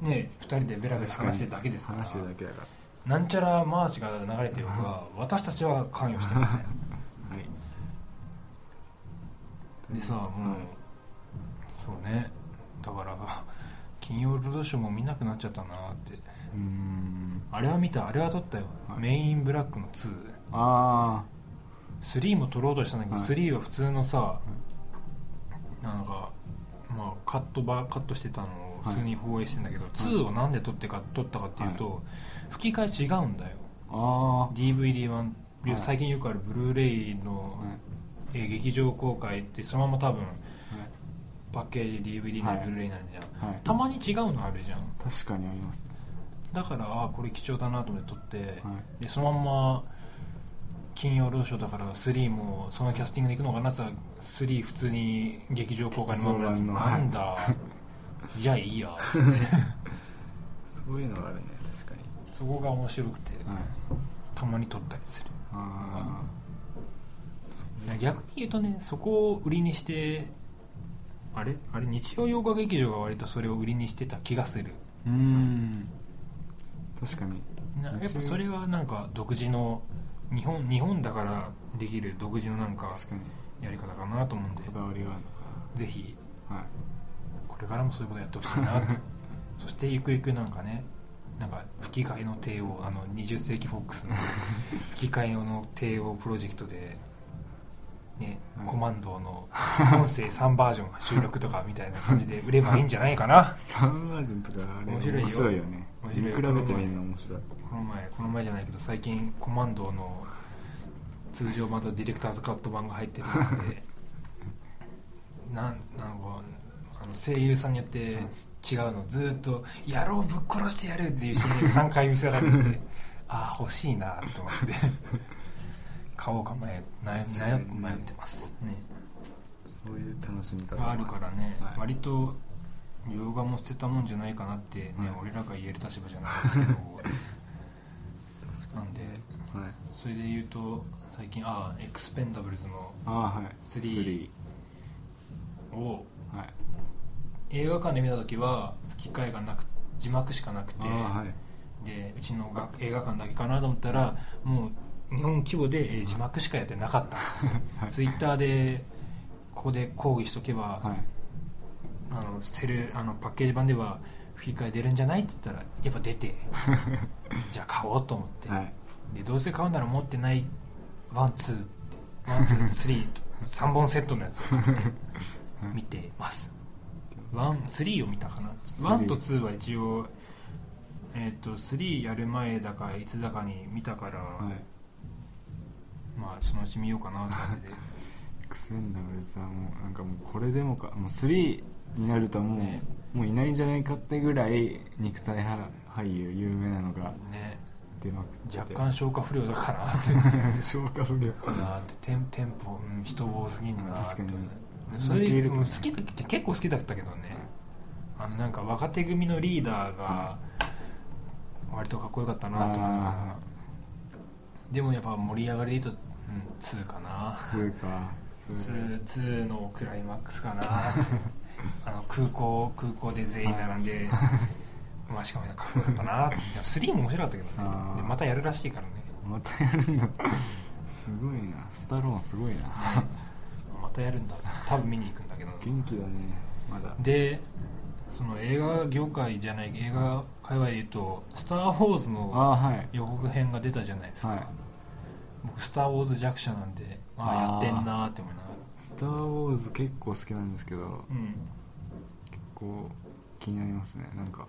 C: うん
B: ね二人でベラベラ話してるだけですから
C: 話してるだけだか
B: なんちゃらマーチが流れてようが私たちは関与してません
C: ら *laughs* はい
B: でさもうそうねだから *laughs* 金曜ロードショーも見なくなっちゃったなって
C: うーん
B: あれは見たあれは撮ったよ、
C: はい
B: メインブラックの2
C: あ
B: 3も撮ろうとしたんだけど、
C: はい
B: 3は普通のさ、なんか、まあ、カットばカットしてたのを普通に放映してんだけど、2をなんで撮ってか撮ったかっていうと、吹き替え違うんだよ
C: ああ
B: DVD 版、
C: はい
B: 最近よくあるブルーレイの
C: あ、はい
B: えー劇場公開ってそのまま多分パッケージ DVD なりブルーレイなんじゃん、
C: はいはい
B: たまに違うのあるじゃん
C: 確かにありますね
B: だからあーこれ貴重だなと思って撮って、
C: は
B: でそのまんま金曜ロードショーだから3もそのキャスティングでいくのかなって言ったら3普通に劇場公開のままだって
C: そうなの
B: なんだ、
C: *laughs*
B: じゃあいいやつって
C: そういうのがあるね確かに
B: そこが面白くて
C: はい
B: たまに撮ったりする
C: あ
B: 逆に言うとねそこを売りにしてあれあれ日曜洋画劇場が割とそれを売りにしてた気がする
C: あうーん確かに
B: なやっ
C: 日
B: ぱ
C: 曜
B: それはなんか独自の日本日本だからできる独自のなんか
C: 確かに
B: やり方かなと思うんで
C: こだわりがあるの
B: ぜひ
C: かなはい
B: これからもそういうことやってほしいなとそしてゆくゆくなんかねなんか吹き替えの帝王あの20世紀フォックスの吹き替えの帝王プロジェクトで、ね
C: はい
B: コマンドの音声3バージョン収録とかみたいな感じで売ればいいんじゃないかな
C: サンバージョンとかあれ
B: 面白いよ
C: 面白いよね
B: 面
C: 見
B: 白いよ
C: 比べてみるの面白い
B: この前この前じゃないけど最近コマンドの通常版とディレクターズカット版が入ってるやつで *laughs* なんなんかあの声優さんによって違うのずーっと「野郎ぶっ殺してやる」っていうシーンで3回見せられ
C: *laughs*
B: てああ欲しいなと思って買おうか迷悩
C: そうね
B: 悩迷ってます、ね、
C: そういう楽しみ方も
B: があるからね、
C: はい
B: 割と洋画も捨てたもんじゃないかなってね、
C: はい
B: 俺らが言える立場じゃないですけどなんで
C: はい
B: それで言うと最近ああエクスペンダブルズの
C: ああはい
B: ス
C: ス
B: リー
C: リ
B: を
C: ーはい
B: 映画館で見た時は吹き替えがなく字幕しかなく
C: あ
B: て、
C: あはい
B: でうちのが映画館だけかなと思ったらもう日本規模でえー字幕しかやってなか
C: *laughs*
B: った、ツイッターでここで抗議しとけば、
C: はい
B: あのセルあのパッケージ版では吹き替え出るんじゃないって言ったらやっぱ出
C: *laughs*
B: てじゃあ買おうと思って、
C: はい
B: でどうせ買うなら持ってないワンツーワンツースリーと3本セットのやつを買っ
C: *laughs*
B: て見てますワンスリーを見たかな
C: スリー
B: ワンとツーは一応えっ、と3やる前だかいつだかに見たから、
C: はい
B: まあそのうち見ようかなって感
C: *laughs*
B: じで
C: エクスペンダブルズはもうなんかもうこれでもかもう3になるともう,、もういないんじゃないかってぐらい肉体派俳優有名なのが
B: ね
C: 出まくって
B: 若
C: て
B: 干消化不良だからなって
C: 干 *laughs* 消化不良
B: かなってテンテンポ、うん、人多すぎんなって
C: 確かに
B: それ
C: いける
B: う
C: と
B: ん好きだって結構好きだったけどねあのなんか若手組のリーダーが割とかっこよかったなと思う
C: あ
B: でもやっぱ盛り上がりで言うと、うん、2かな
C: ー通か通
B: 2, 2のクライマックスかな
C: *laughs*
B: あの空港空港で全員並んでまあしかもかっこよかったなでも3も面白かったけど
C: あ
B: ね
C: ー
B: でまたやるらしいからね
C: またやるんだすごいなスタローンすごいな
B: またやるんだ多分見に行くんだけ
C: *laughs*
B: ど
C: 元気だねまだ
B: でその映画業界じゃない映画界隈で言うと「スター・ウォーズ」
C: あ
B: の
C: あはい
B: 予告編が出たじゃないですか、
C: はい
B: 僕「スター・ウォーズ」弱者なんであ
C: あ
B: あ
C: ー
B: やってんなーって思いながら
C: 「スター・ウォーズ」結構好きなんですけど
B: うん
C: こう気になりますねなんか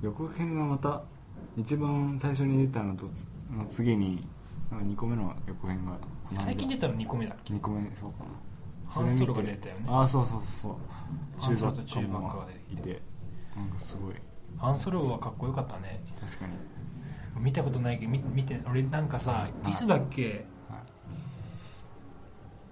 C: 予告編がまた一番最初に出たのとつの次になんか2個目の予告編がこの間
B: 最近出たの2個目だっけ
C: 2個目そうかな
B: ハンソロが出たよね
C: ああそうそうそう
B: ハ
C: そう
B: ンソロと中盤
C: 盤
B: が
C: いてなんかすごい
B: ハンソロはかっこよかったね
C: 確かに
B: 見たことないけどみ見て俺なんかさいつだっけ
C: はい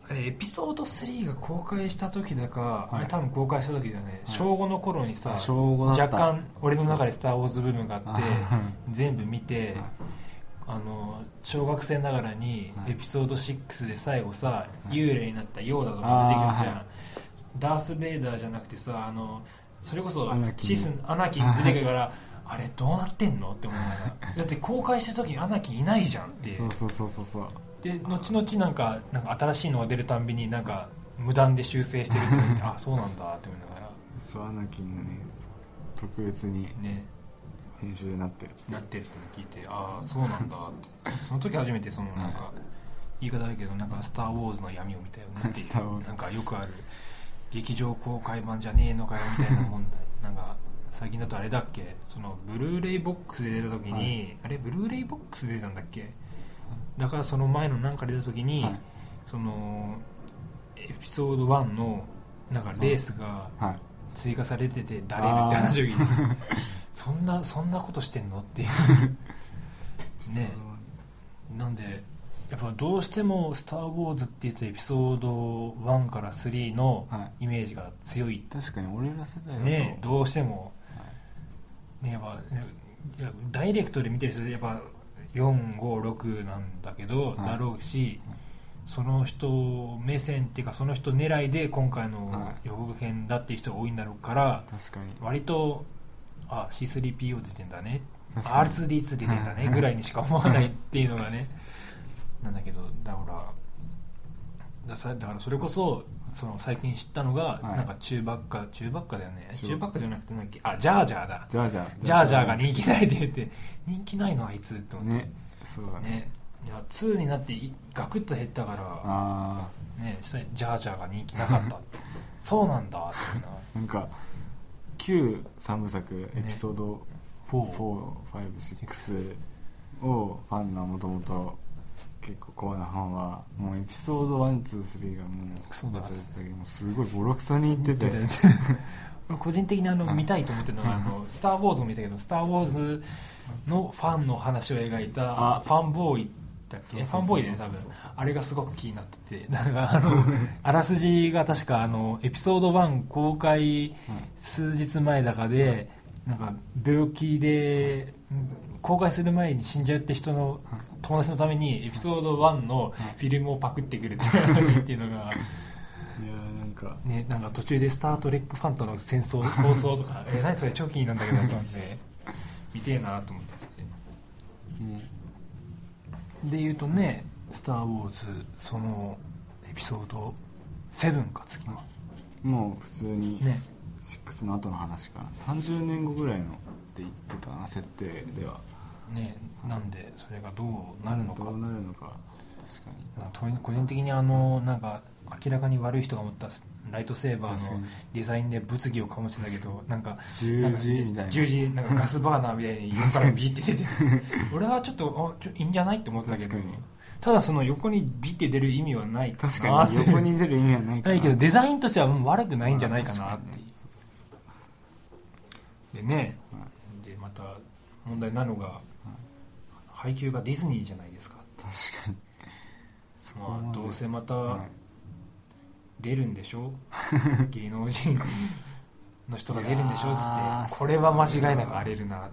B: あれエピソード3が公開した時だか、あれ多分公開した時だよね、小5の頃にさ
C: あ小五だ
B: 若
C: った
B: 干俺の中で「スター・ウォーズ」ブームがあって
C: あ
B: 全部見て、
C: はい
B: あの小学生ながらに
C: はい
B: エピソード6で最後さ、
C: い
B: 幽霊になったヨーダとか出てくるじゃん、
C: あーは
B: ダース・ベイダーじゃなくてさあのそれこそ
C: アナキ
B: シ
C: ン
B: スアナキン出てくるからあれどうなってんのって思いなが
C: *laughs*
B: らだって公開した時にアナキンいないじゃんって
C: そうそうそうそうそう
B: で後々なんかなんか新しいのが出るたんびになんか無断で修正してるって言ってあそうなんだって思いなが
C: そうアナキンのねそう特別に
B: らね
C: 編集でなってる
B: なってるって聞いてああそうなんだってその時初めてそのなんか言い方悪いけどなんか「スター・ウォーズ」の闇を見たよねってい
C: *laughs* スターウォー
B: う
C: ズ
B: なんかよくある劇場公開版じゃねえのかよみたいな
C: *laughs*
B: 問題なんか最近だとあれだっけそのブルーレイボックスで出た時に、
C: は
B: あれブルーレイボックスで出たんだっけだからその前のなんか出た時に、
C: はい
B: そのエピソード1のなんかレースが
C: はい
B: 追加されてて誰るって話を
C: *laughs*
B: 聞いてそんなそんなことしてんのっていうねなんでやっぱどうしても「スター・ウォーズ」っていうとエピソード1から3の
C: は
B: イメージが強い
C: 確かに俺ら世代だと、
B: ねどうしても、ね、やっぱねいやダイレクトで見てる人やっぱ456なんだけど、
C: はい
B: だろうし、その人目線っていうかその人狙いで今回の
C: は
B: 予告編だっていう人が多いんだろうから、
C: 確かに
B: 割とあ C3PO 出てんだね
C: 確かに
B: R2D2 出てんだねぐらいにしか思わないっていうのがね *laughs* なんだけどだからださだからそれこそその最近知ったのが、
C: はい
B: なんか中ばっか中ばっかだよね
C: 中
B: 中ばっかじゃなくてなんだっけあジャージャーだ
C: ジャージャー
B: ジャージャーが人気ないって言って人気ないのあいつって思って
C: ねそうだね
B: ねいや2になっていガクッと減ったか
C: あ
B: ら、ね、それジャージャーが人気なかった
C: *laughs*
B: そうなんだって思いながら
C: あなんか旧三部作エピソード
B: フォー
C: 456をファンがもともと結構コアなファンはもうエピソード123がもう
B: そうだ
C: 忘れてたけどもうすごいボロクソに言ってて
B: 出て *laughs* 俺個人的にあの
C: うん
B: 見たいと思ってるのが「あのスター・ウォーズ」を見たけど「スター・ウォーズ」のファンの話を描いた
C: あ
B: ファンボーイだっ
C: そう
B: け
C: そう
B: フ
C: そうそう
B: ァンボーイだよね多分あれがすごく気になっててなんかあ
C: *laughs*
B: のあらすじが確かあのエピソード1公開数日前だかでなんか病気で公開する前に死んじゃうって人の友達のためにエピソード1のフィルムをパクってくるっていう話っていうのが。
C: いやーなんか
B: ね、なんか途中で「スター・トレック」ファンとの戦争放送と *laughs* か「え何それ超気になるんだけど」と思って *laughs* 見てえなと思ってて
C: もう
B: で言うとね「スター・ウォーズ」そのエピソード7か次は
C: もう普通に
B: ね
C: 6の後の話かな30年後ぐらいのって言ってたな設定では
B: ねなんでそれがどうなるのか
C: どうなるのか確かに
B: まあと個人的にあのなんか明らかに悪い人が持ったライトセーバ
C: 確
B: ー
C: か
B: の
C: に
B: デザインで物議を醸してたけどなんか
C: 十字みたいな
B: 十字なんかガスバーナーみたいに横からビーって出て俺はちょっとあちょいいんじゃないって思ったけ
C: 確
B: ど
C: かに
B: ただその横にビって出る意味はないな
C: 確かに
B: って
C: 横に出る意味はないか
B: な
C: ら
B: いけどデザインとしてはもう悪くないんじゃないかなっていうでね、
C: は
B: でまた問題なのが、配給がディズニーじゃないですかって
C: 確かにそこ
B: ま
C: ま
B: あ
C: で
B: どうせま
C: は
B: た
C: い
B: 出るんでし *laughs* ょ、芸能人の人が出るんでしょっつ
C: いや
B: っ
C: ー
B: てこれは間違いなく荒れるなって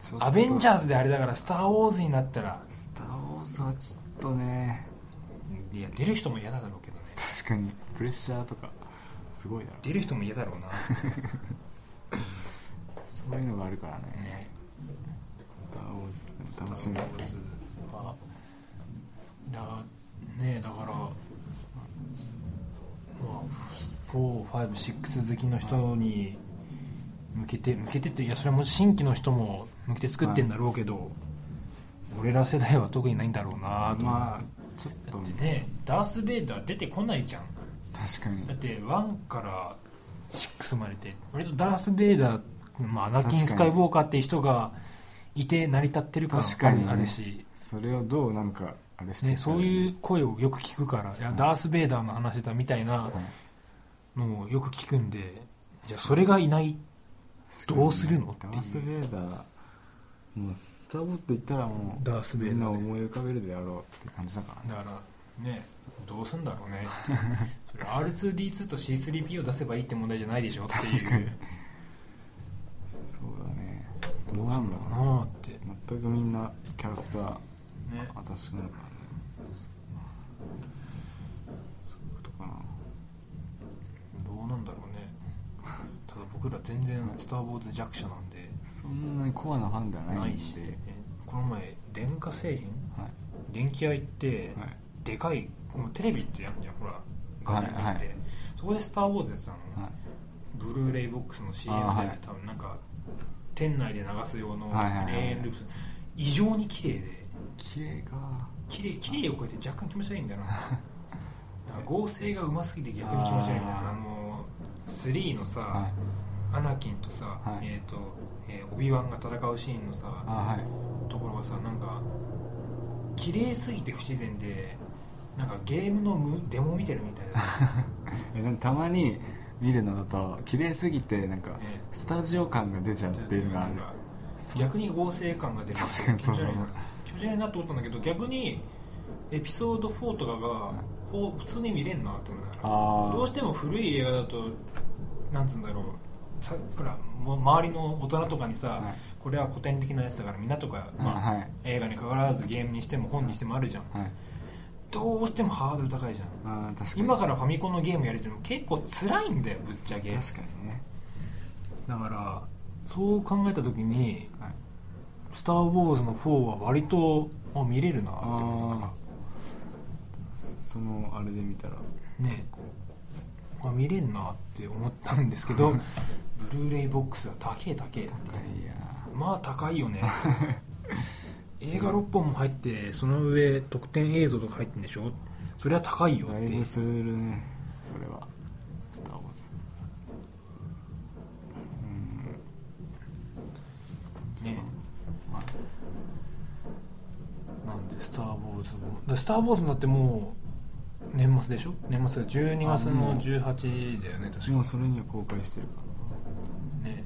C: ちょっと
B: アベンジャーズであれだから「スター・ウォーズ」になったら
C: スター・ウォーズはちょっとね
B: いや出る人も嫌だろうけどね
C: 確かにプレッシャーとかすごいだろ
B: 出る人も嫌だろうな、
C: *laughs* そういうのがあるからね
B: ね
C: スター・ウォーズでも楽しみ
B: はだねだから、まあ、456好きの人に向けて向けてっていやそれはもう新規の人も向けて作ってんだろうけど、俺ら世代は特にないんだろうなと、
C: まあちょっ
B: だ
C: と
B: ってねダース・ベイダー出てこないじゃん
C: 確かに
B: だって1から6までで割とダース・ベイダー、まあ、アナキン・スカイ・ウォーカーっていう人がいて成り立ってる感
C: 確かにね
B: あるし、
C: それをどうなんかあれして
B: ね、そう
C: う
B: いう声をよく聞くからいやダース・ベイダーの話だみたいなのをよく聞くんでいやそれがいないどうするのってい
C: ダ
B: う
C: ース・ベイダーもうスター・ウォーズと言ったらもう
B: ダース
C: みんな
B: ね
C: 思い浮かべるであろうって感じだからね
B: だからねどうすんだろうねってそれ R2D2 と C3P を出せばいいって問題じゃないでしょっていう
C: 確かにそうだねどうなんだろう
B: なあって
C: 全くみんなキャラクター
B: ね
C: 私もだからねそういうことかな
B: どうなんだろうねただ僕ら全然「スター・ウォーズ」弱者なんで
C: そんなにコアなファンではな
B: ない
C: ん
B: い
C: で
B: し、ねこの前電化製品
C: はい
B: 電気屋行って、
C: はい
B: でかいもうテレビってやんじゃんほら画面になって、
C: はいはい
B: そこで「スター・ウォーズ」やってたの、
C: はい
B: ブルーレイボックスの CM で、
C: あはい
B: 多分なんか店内で流す用の
C: はいはいはい
B: 永遠ループス異常に綺麗で
C: 綺麗か
B: 綺麗綺麗を超えて若干気持ち悪いん
C: *laughs*
B: だよなだから合成がうますぎて逆に気持ち悪いみたいな
C: あー
B: あの3のさ、
C: はい
B: アナキンとさ、
C: はい
B: えっ、と、えーオビワンが戦うシーンのさ
C: あはい
B: ところがさなんか綺麗すぎて不自然でなんかゲームのムデモ見てるみたいな
C: えなんかたまに見るのだと綺麗すぎてなんか
B: ね
C: スタジオ感が出ちゃう *laughs* っていうのがある
B: なんか
C: そう
B: 逆に合成感が出る
C: 確かにそうだね
B: 気持ち悪いな気持ち悪いなと思ったんだけど逆にエピソード4とかがこう普通に見れんなって思うから
C: ああ
B: どうしても古い映画だとなんつうんだろうさほらもう周りの大人とかにさ、
C: はい
B: これは古典的なやつだからみんなとか、まあ
C: あはい
B: 映画に関わらずゲームにしても本にしてもあるじゃん
C: はい
B: どうしてもハードル高いじゃん
C: あー確かに
B: 今からファミコンのゲームやるっていうのも結構辛いんだよぶっちゃけ
C: 確かにね
B: だからそう考えた時に
C: はい
B: 「スター・ウォーズ」の4は割とあ見れるなって思うか
C: そのあれで見たら
B: らねあ見れんなって思ったんですけど *laughs* ブルーレイボックスは高え高え
C: いや
B: まあ高いよ *laughs* ね映画6本も入ってその上特典映像とか入ってんでしょそれは高いよ
C: ー
B: って
C: だいぶするねそれは「スター・ウォーズ」
B: ねなんで「スター・ウォーズも」だスター・ウォーズ」だってもう年末でしょ年末が12月
C: あも
B: の
C: う
B: 18だよね確
C: も
B: か
C: うそれには公開してるか
B: ね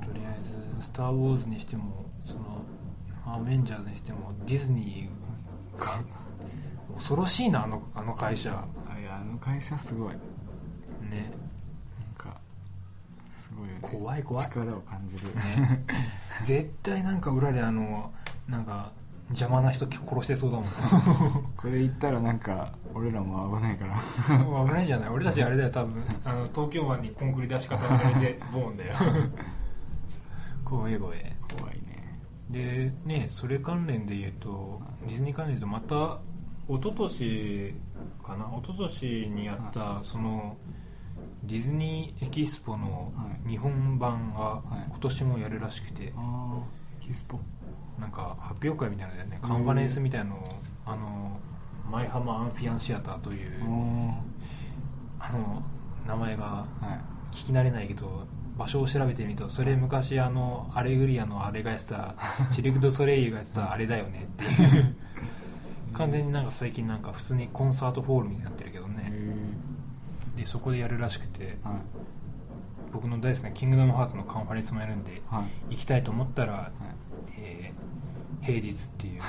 C: ら
B: とりあえず「スター・ウォーズ」にしてもその「アベンジャーズ」にしてもディズニーが恐ろしいなあのあの会社
C: あいやあの会社すごい
B: ね
C: なんかすごいよね
B: 怖い怖い
C: 力を感じる
B: ね絶対なんか裏であのなんか邪魔な人殺してそうだも
C: これ言ったらなんか俺らも危ないから
B: ん危ないんじゃない俺たちあれだよ多分あの東京湾にコンクリ出し方されてボーンだよ *laughs* 怖え怖え
C: 怖いね
B: でねそれ関連で言うとディズニー関連で言うとまた一昨年かな一昨年にやったそのディズニーエキスポの
C: はい
B: 日本版が
C: い
B: 今年もやるらしくて
C: ああキスポ
B: なんか発表会みたいなのだよねカンファレンスみたいのをあの舞浜アンフィアンシアターという
C: おお
B: あの名前が
C: はい
B: 聞き慣れないけど場所を調べてみるとそれ昔あのアレグリアのあれがやって
C: *laughs*
B: たシルク・ドゥ・ソレイユがやってたあれだよねっていう完全になんか最近なんか普通にコンサートホールになってるけど
C: へ
B: ね
C: え
B: でそこでやるらしくて
C: はい
B: 僕の大好きな「キングダムハーツ」のカンファレンスもやるんで
C: はい
B: 行きたいと思ったら、
C: はい
B: えー平日って
C: *laughs*
B: いう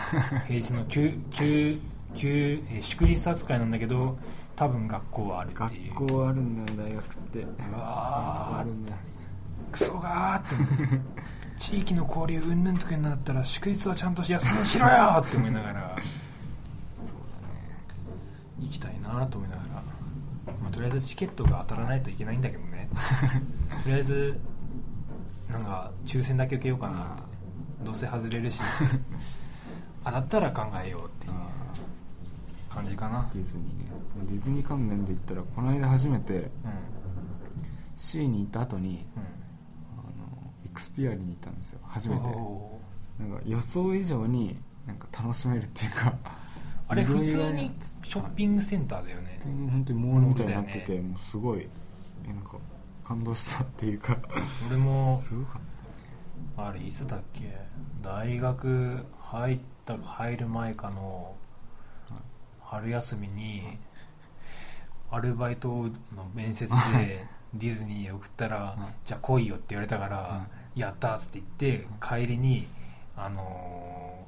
B: 平日の休休休、えー祝日扱いなんだけど多分学校はあるっていう
C: 学校あるんだよ大学って
B: うわ
C: ある
B: ー
C: んだ
B: クソがーって思って地域の交流云々とかになったら祝日はちゃんと休みにしろよーって思いながら
C: そうだね
B: 行きたいなと思いながら、まあ、とりあえずチケットが当たらないといけないんだけどねとりあえずなんか抽選だけ受けようかなってどうせ外れるし当たったら考えようっていう
C: あ
B: 感じかな
C: ーディズニーねディズニー関連で言ったらこの間初めて
B: うん
C: C に行った後に
B: うん
C: あのエクスピアリに行ったんですよ初めて
B: おー
C: なんか予想以上になんか楽しめるっていうか
B: あれ
C: いろい
B: 普
C: ろ
B: 通
C: ね
B: にショッピングセンターだよね
C: 本当にモールみたいになって
B: モールだ
C: て、もうすごいえなんか感動したっていうか
B: 俺も
C: すごかった
B: あれいつだっけ大学入った入る前かの春休みにアルバイトの面接でディズニーへ送ったら
C: うん
B: 「じゃあ来いよ」って言われたから「やった」っつって言って帰りにあの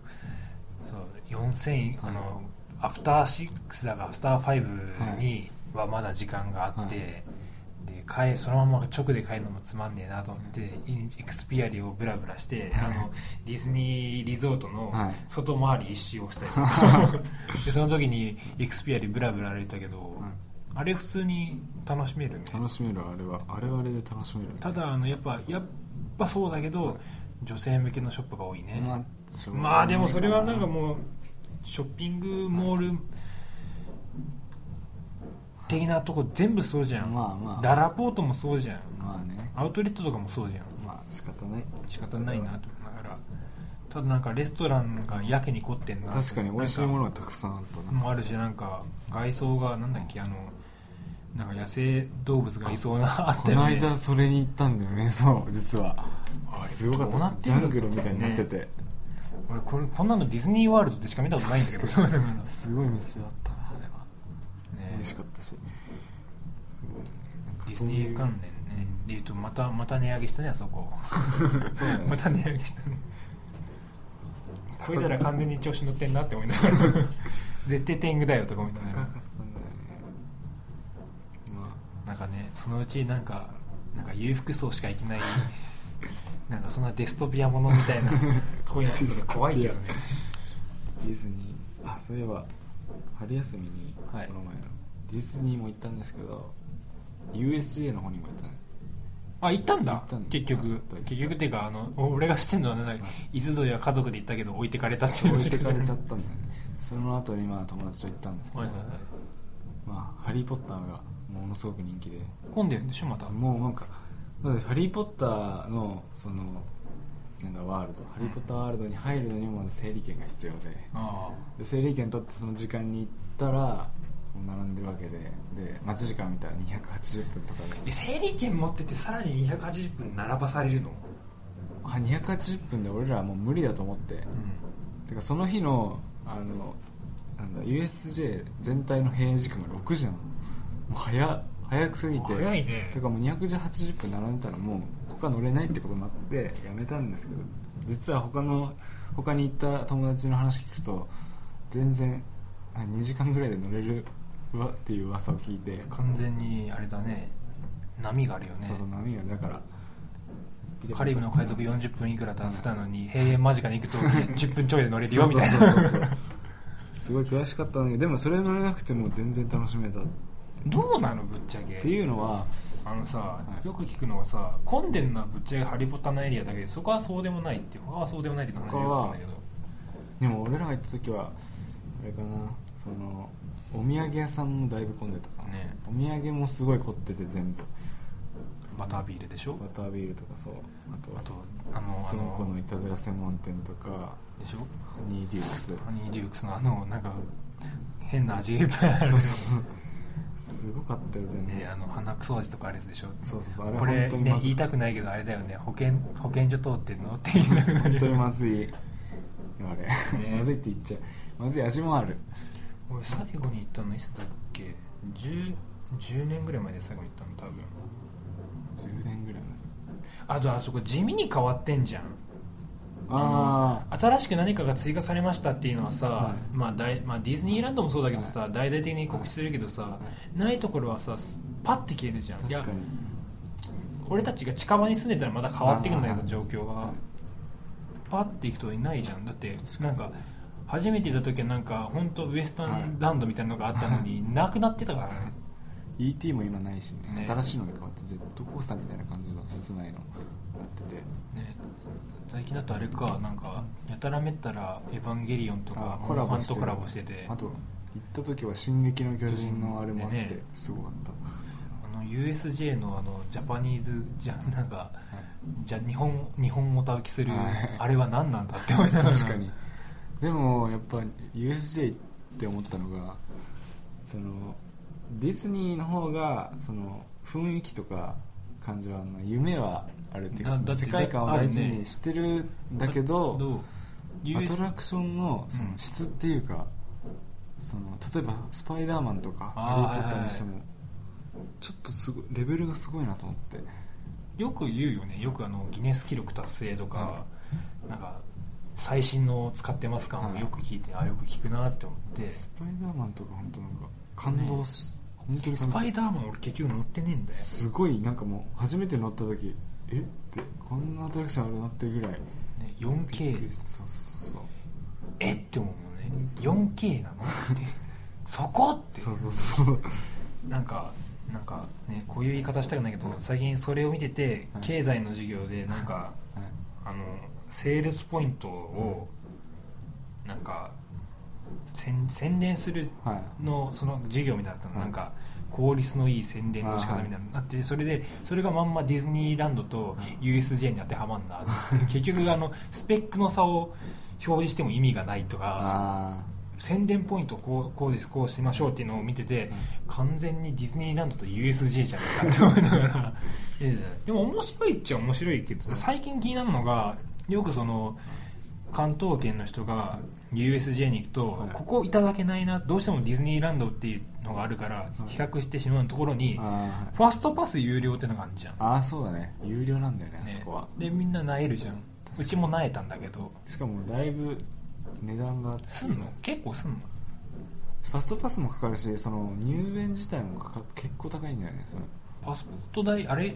B: ーそう4000あのアフター6だかアフター5にはまだ時間があってで買えそのまま直で買えるのもつまんねえなと思ってインエクスピアリをブラブラしてあのディズニーリゾートの
C: はい
B: 外回り一周 *laughs* をしたりとかでその時にエクスピアリブラブラ歩いたけど、あれ普通に楽しめるね
C: 楽しめるあれはあれはあれで楽しめる
B: ただあのやっぱやっぱそうだけど女性向けのショップが多いね、
C: ま
B: ま
C: あし
B: あ、
C: ょうがない
B: でもそれはなんかもうショッピングモール的なとこ全部そうじゃん、
C: まあまあ
B: ララポートもそうじゃん
C: まあね
B: アウトレットとかもそうじゃん
C: まあ仕方ない
B: 仕方ないなと思いながらただなんかレストランがやけに凝ってんな
C: 確かに美味しいもの
B: の
C: がたくさんあったな
B: もあるしなんか外装がなんだっけあのなんか野生動物がいそうなあっ
C: こ
B: たよ
C: の
B: ね
C: 間それに行ったんだよね *laughs* そう実は
B: あれ
C: すごか
B: どうなっ
C: ってた
B: んだ
C: ジャングルみたいになってて
B: 俺これこんなのディズニーワールドでしか見たことないんだけどそうだから
C: *laughs* すごい店だったなあれ
B: ね
C: は美味しかったしすごいねなんか
B: ディズ
C: そう
B: ニ
C: い
B: ー
C: う
B: 関連ねで言うとまたまた値上げしたねあそこ
C: *laughs* そうだね
B: *laughs* また値上げしたねこいつら完全に調子乗ってんなって思いながら *laughs* 絶対天狗だよとか思いなが
C: 高
B: ら
C: かったんだよねま
B: なんかねそのうちなんかなんか裕福層しか行け *laughs* ないなんかそんなデストピアものみたいな遠いなそれ怖いけどね
C: あディズニーあそういえば春休みにこ
B: はい
C: の前のディズニーも行ったんですけど USJ の方にも
B: *laughs*
C: 行ったね
B: あ行ったんだ
C: 行ったんだ
B: 結
C: 行
B: 局
C: った行った
B: 結局っていうかあのお俺が知ってんのはねなんか伊豆沿いは家族で行ったけど置いてかれたっていう
C: 置いてかれちゃっ
B: は
C: たんだよねその後にまあ友達と行ったんですけ
B: い *laughs*
C: ど
B: はいはい
C: まあハリー・ポッターがものすごく人気で
B: 混んでるんでしょまた
C: もうなんかだってハリー・ポッターのそのなんだワールドハリー・ポッターワールドに入るのにもまず整理券が必要で
B: あ
C: で整理券取ってその時間に行ったらもう並んでるわけでで待ち時間見たら280分とか
B: あ
C: で
B: 整理券持っててさらに280分並ばされるの
C: あ280分で俺らはもう無理だと思っててかその日のあのなんだ USJ 全体の閉園時間が6時なのもう早早くすぎて
B: 早いね
C: てかもう280分並んでたらもう他乗れないってことになってやめたんですけど実は他の他に行った友達の話聞くと全然あ2時間ぐらいで乗れるわっていう噂を聞いて、
B: 完全にあれだね波があるよね
C: そうそう波がだから
B: カリブの海賊40分いくら経ってたのに閉園間近に行くと10分ちょいで乗れる
C: そ
B: よ
C: う
B: み
C: そう
B: たい
C: そうそう
B: な
C: *laughs* すごい悔しかったんだけどでもそれ乗れなくても全然楽しめたっ
B: どうなのぶっちゃけ
C: ていうのは
B: あのさ
C: はい
B: よく聞くのはさ混んでんのはぶっちゃけハリポタのエリアだけでそこはそうでもないって他はそうでもないって話
C: 他は
B: だけど
C: でも俺らが行った時はあれかなそのお土産屋さんもだいぶ混んでたから
B: ね
C: お土産もすごい凝ってて全部
B: バタービールでしょ
C: バタービールとかそうあと
B: あとあのあ
C: ゾンコの
B: の
C: いたずら専門店とか
B: でしょ
C: ハニーデュークス
B: ハニーデュークスのあのなんか変な味がいっぱいある
C: すごかったよ全部、
B: ねあの鼻くそ味とかあるやつでしょ
C: そうそうそうあれ
B: これ
C: 本当に
B: ね
C: まず
B: 言い
C: い
B: たくないけどあれだよね保険保健所通ってんのって言いなくなる
C: 本当に
B: よ
C: まずいよあれ、
B: ね
C: まずいって言っちゃうまずい味もある
B: *laughs* 俺最後に行ったのいつだっけ 10, 10年ぐらい前で最後に行ったの多分
C: 10年ぐらい
B: あとあそこ地味に変わってんじゃん
C: ああ
B: 新しく何かが追加されましたっていうのはさ、
C: はい
B: まあ、大まあディズニーランドもそうだけどさ、大々的に告知するけどさ、ないところはさすパッて消えるじゃんいや
C: 確かに
B: 俺たちが近場に住んでたらまた変わってくるんだけ
C: あ
B: ど
C: ー
B: 状況がパッて行くといないじゃんだってなんか初めていた時はなんか本当ウエスタンランドみたいなのがあったのになくなってたからね
C: ET も今ないしね
B: ね
C: 新しいのが変わってジェットコースターみたいな感じの室内のなってて
B: ね最近だとあれかなんかやたらめったら「エヴァンゲリオン」とか
C: あ
B: モンハンとコラボしてて
C: あと行った時は「進撃の巨人」のあれもあっ
B: で
C: て
B: ね
C: すごかった、
B: *laughs* あの USJ のあのジャパニーズじゃなんかじゃ日本日本をたきする
C: はい
B: あれは何なんだって思いながら
C: 確かにでもやっぱ USJ って思ったのがそのディズニーの方がその雰囲気とか感じはあの夢はあるっていうか
B: だ
C: その
B: だって
C: 世界観を
B: あるね
C: 大事にしてるんだけどア
B: US
C: トラクションのそ
B: うん
C: の質っていうか、その例えば「スパイダーマン」とか「ハ
B: あー
C: リー・ポッタ
B: はいはい
C: ー」にしてもちょっとすごいレベルがすごいなと思って
B: よく言うよねよくあのギネス記録達成とか、なんか最新のを使ってます感を
C: はい
B: よく聞いて、あよく聞くなって思って
C: スパイダーマンとか本当なんか感動し本当に
B: ス
C: 感動
B: パイダーマン俺結局乗ってねえんだよ
C: すごいなんかもう初めて乗った時えってこんなアトラクションあるなっていうぐらい
B: ね
C: びっく
B: 4K
C: りしたそうそう
B: えって思うもんね 4K なのって *laughs* そこって
C: そうそうそうそう
B: なんかなんかねこういう言い方したくないけど最近それを見てて
C: はい
B: 経済の授業でなんか
C: はい
B: あのセールスポイントをなんか宣宣伝する
C: はい
B: のその授業みたいなのあったの
C: はい
B: なんか効率のいい宣伝の仕方みたいなのがあってそれでそれがまんまディズニーランドと USJ に当てはまんだって結局あのスペックの差を表示しても意味がないとか
C: あ
B: 宣伝ポイントをこうこうですこうしましょうっていうのを見てて完全にディズニーランドと USJ じゃないかって思い
C: *laughs*
B: ながら見てたでも面白いっちゃ面白いけど最近気になるのがよくその関東圏の人が USJ に行くと、
C: はい
B: ここいただけないなどうしてもディズニーランドっていうのがあるから
C: い
B: 比較してしまうところに、
C: ーあー
B: ファストパス有料ってのがあるじゃん、
C: あーそうだね有料なんだよねあ
B: ね
C: そこは
B: でみんななえるじゃんうちもなえたんだけど
C: しかもだいぶ値段が
B: すんの結構すんの
C: ファストパスもかかるしその入園自体もかか結構高いんだよねそれ
B: パスポート代あれ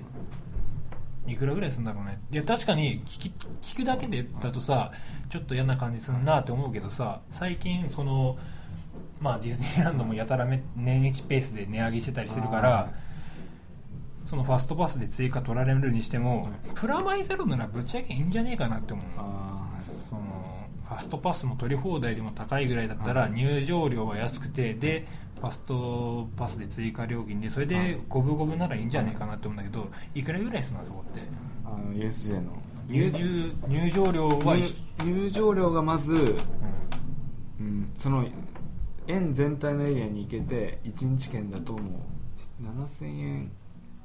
B: いくらぐらいするんだろうねいや確かに聞き聞くだけでだとさちょっと嫌な感じすんなって思うけどさ最近そのまあディズニーランドもやたらめ年一ペースで値上げしてたりするか
C: あ
B: らそのファストパスで追加取られるにしてもプラマイゼロならぶっちゃけいいんじゃねえかなって思うの
C: ああ
B: そのファストパスも取り放題でも高いぐらいだったら入場料は安くてでファストパスで追加料金でそれ
C: はい
B: で五分五分ならいいんじゃないかなって思うんだけどいくらぐらいするのそこって
C: あの USJ の
B: 入入場料は
C: 入入場料がまず、うん、その園全体のエリアに行けて1日券だともう7000円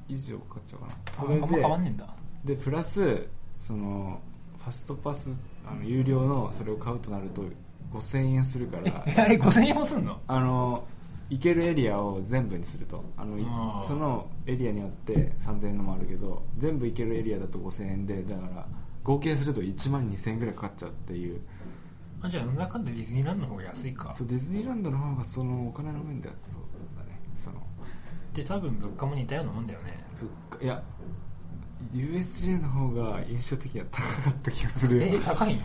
C: 以上かかっちゃうかな
B: そ
C: そ
B: れ
C: れ
B: あんま変わん
C: で
B: ねえんだ
C: でプラスそのファストパスあの有料のそれを買うとなると5000円するか *laughs* ら
B: *laughs* えあれ5000円もすんの
C: あの行けるエリアを全部にするとあのい
B: あー
C: そのエリアによって3000円のもあるけど全部行けるエリアだと5000円でだから合計すると1万2000円ぐらいかかっちゃうっていう
B: あじゃあなんだかんだディズニーランドの方が安いか
C: そうディズニーランドの方がそのお金の面ではそうだねその
B: で多分物価も似たようなもんだよね
C: 物価いや USJ の方が印象的には高かった気がする
B: え高いの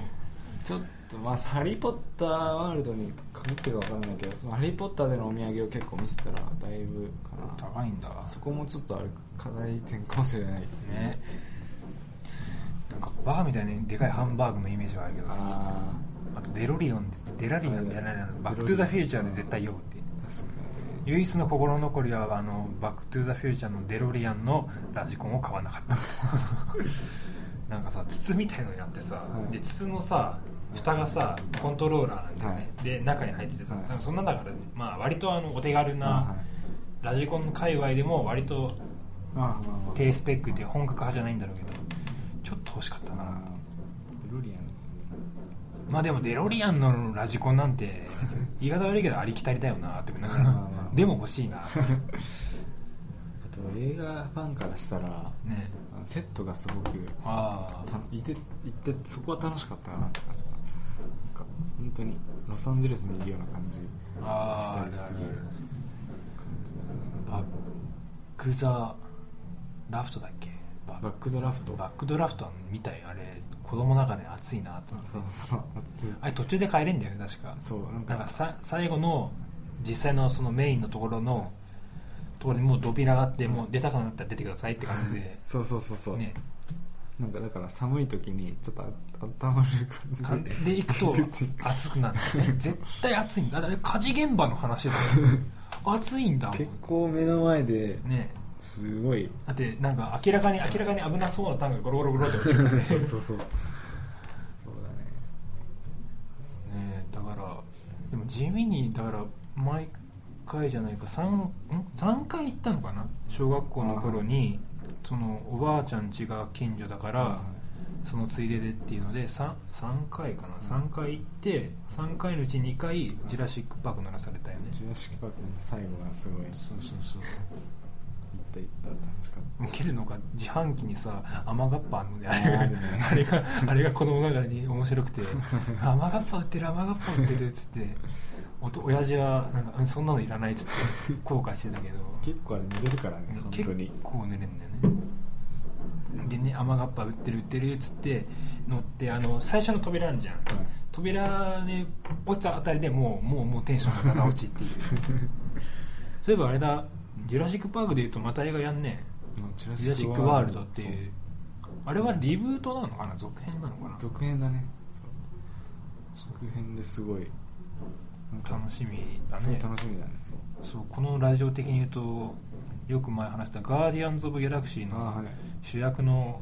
C: ちょっとまあハリー・ポッターワールドに限ってるか分からないけどそのハリー・ポッターでのお土産を結構見せたらだいぶかな
B: 高いんだ
C: そこもちょっとあれ課題点かもしれない
B: ねなんかバーみたいにでかいハンバーグのイメージはあるけどね
C: あ
B: あとデロリオンですデラリオンじゃないなバック・トゥ・ザ・フューチャーで絶対酔うっていう
C: あ確か
B: 唯一の心残りはあのバック・トゥ・ザ・フューチャーのデロリアンのラジコンを買わなかったこと
C: *laughs*
B: なんかさ筒みたいのになってさ、
C: はい
B: で筒のさ蓋がさコントローラーなんだよね、
C: は
B: で中に入っててさ、
C: はい
B: 多分そんなだから、まあ、割とあのお手軽
C: にあ
B: なラジコン界隈でも割と
C: あまあまあ
B: 低スペックで本格派じゃないんだろうけどちょっと欲しかったな、
C: あーデロリアン
B: まあでもデロリアンのラジコンなん
C: *laughs*
B: て言い方悪いけどありきたりだよなって思いな *laughs* がら
C: まあまあ
B: でも欲しいな
C: あと映画ファンからしたらあ *laughs*
B: ね
C: のセットがすごく
B: あ
C: たいて行ってそこは楽しかったなって感じかななんか本当にロサンゼルスにいるような感じ
B: あああ
C: したりする
B: バック・ザ・ラフトだっけバ
C: バックドラフト
B: バックドラフトみたいあれ子供の中で熱いなと思って
C: そうそう暑い
B: あれ途中で帰れんだよね確か
C: そうなん
B: なん
C: か
B: かさ最後の実際のそのメインのところのところにもう扉があってもう出たくなったら出てくださいって感じで
C: そうそう *laughs* そうそう、
B: ね
C: なんかだから寒い時にちょっとあ温まる感じ
B: かん
C: で
B: で行くと熱くなる
C: *laughs*
B: ね絶対熱いんだだって火事現場の話だよ熱いんだも
C: 結
B: ん
C: 構目の前で
B: ね
C: すごい
B: だってなんか明らかに明らかに危なそうなタンクがゴロゴロゴロって落ちてくるから
C: *laughs* そう
B: ね
C: そうそうそうだね
B: ねだからでも地味にだから毎回じゃないか 3, ん3回行ったのかな小学校の頃にそのおばあちゃん家が近所だからそのついででっていうので 3, 3回かな3回行って3回のうち2回ジュラシック・パーク鳴らされたよね
C: ジュラシック・パークの最後がすごい行
B: そうそうそう
C: った行った楽しかっ
B: 受けるのが自販機にさ甘がっぱあるのであ
C: あ
B: れ
C: るね
B: があれがあれが子供ながらに面白くて甘がっぱ売ってる甘がっぱ売ってるっつっておと親父はなんかうんそんなのいらないっつって後悔してたけど
C: 結構あれ寝れるからね本当に
B: 結構寝れんだよねでね雨がっぱ売ってる売ってるっつって乗ってあの最初の扉あんじゃん、扉で落ちたあたりでもうもうもうテンションがダ落ち
C: *laughs*
B: っていうそういえばあれだ「ジュラシック・パーク」でいうとまた映画やんね
C: うんジ
B: 「ジュラシック・ワールド」っていうあれはリブートなのかな続編なのかな
C: そう続編だねそう続編ですごいなんか
B: 楽しみだ
C: そう
B: ね
C: 楽しみだねそう
B: そうこのラジオ的に言うとよく前話した「ガーディアンズ・オブ・ギャラクシー」
C: あ
B: の
C: はい
B: 主役の、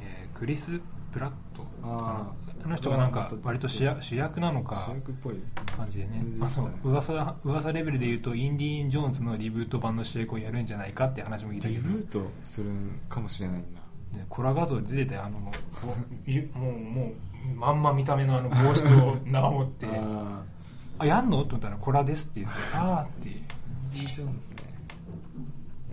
B: えークリス・プラット
C: あ
B: かな
C: ー
B: あの人がなんか割と主役主役なのか
C: 主役っぽい
B: 感じでね
C: うん
B: あの噂噂レベルで言うとインディーン・ジョーンズのリブート版の主役をやるんじゃないかって話も聞いたけ
C: リ
B: ど
C: ブートするかもしれないんだ
B: ねコラ画像で出てたよあのもういもうもうまんま見た目のあの帽子と縄持ってあ
C: あ
B: やんのって思ったら「コラです」って言って「ああ」っていう
C: あいいじゃんですねい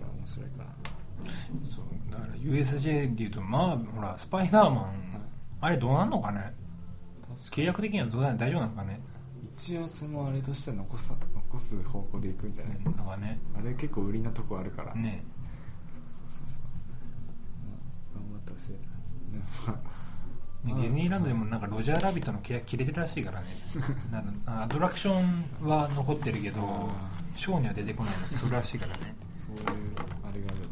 C: や面白いかな
B: そうだから USJ でいうとまあほらスパイダーマン、あれどうなんのかね
C: 確か
B: 契約的にはどうなん大丈夫なのかね
C: 一応そのあれとしては残さ残す方向でいくんじゃない、
B: なんかね
C: あれ結構売りなとこあるから
B: ね
C: そうそうそうまあ頑張ってほしいでもまあ
B: ね
C: うん
B: ディズニーランドでもなんかロジャーラビットの契約切れてるらしいからねなんかアトラクションは残ってるけど
C: あ
B: ショーには出てこないのそれらしいからね
C: そういうあれがある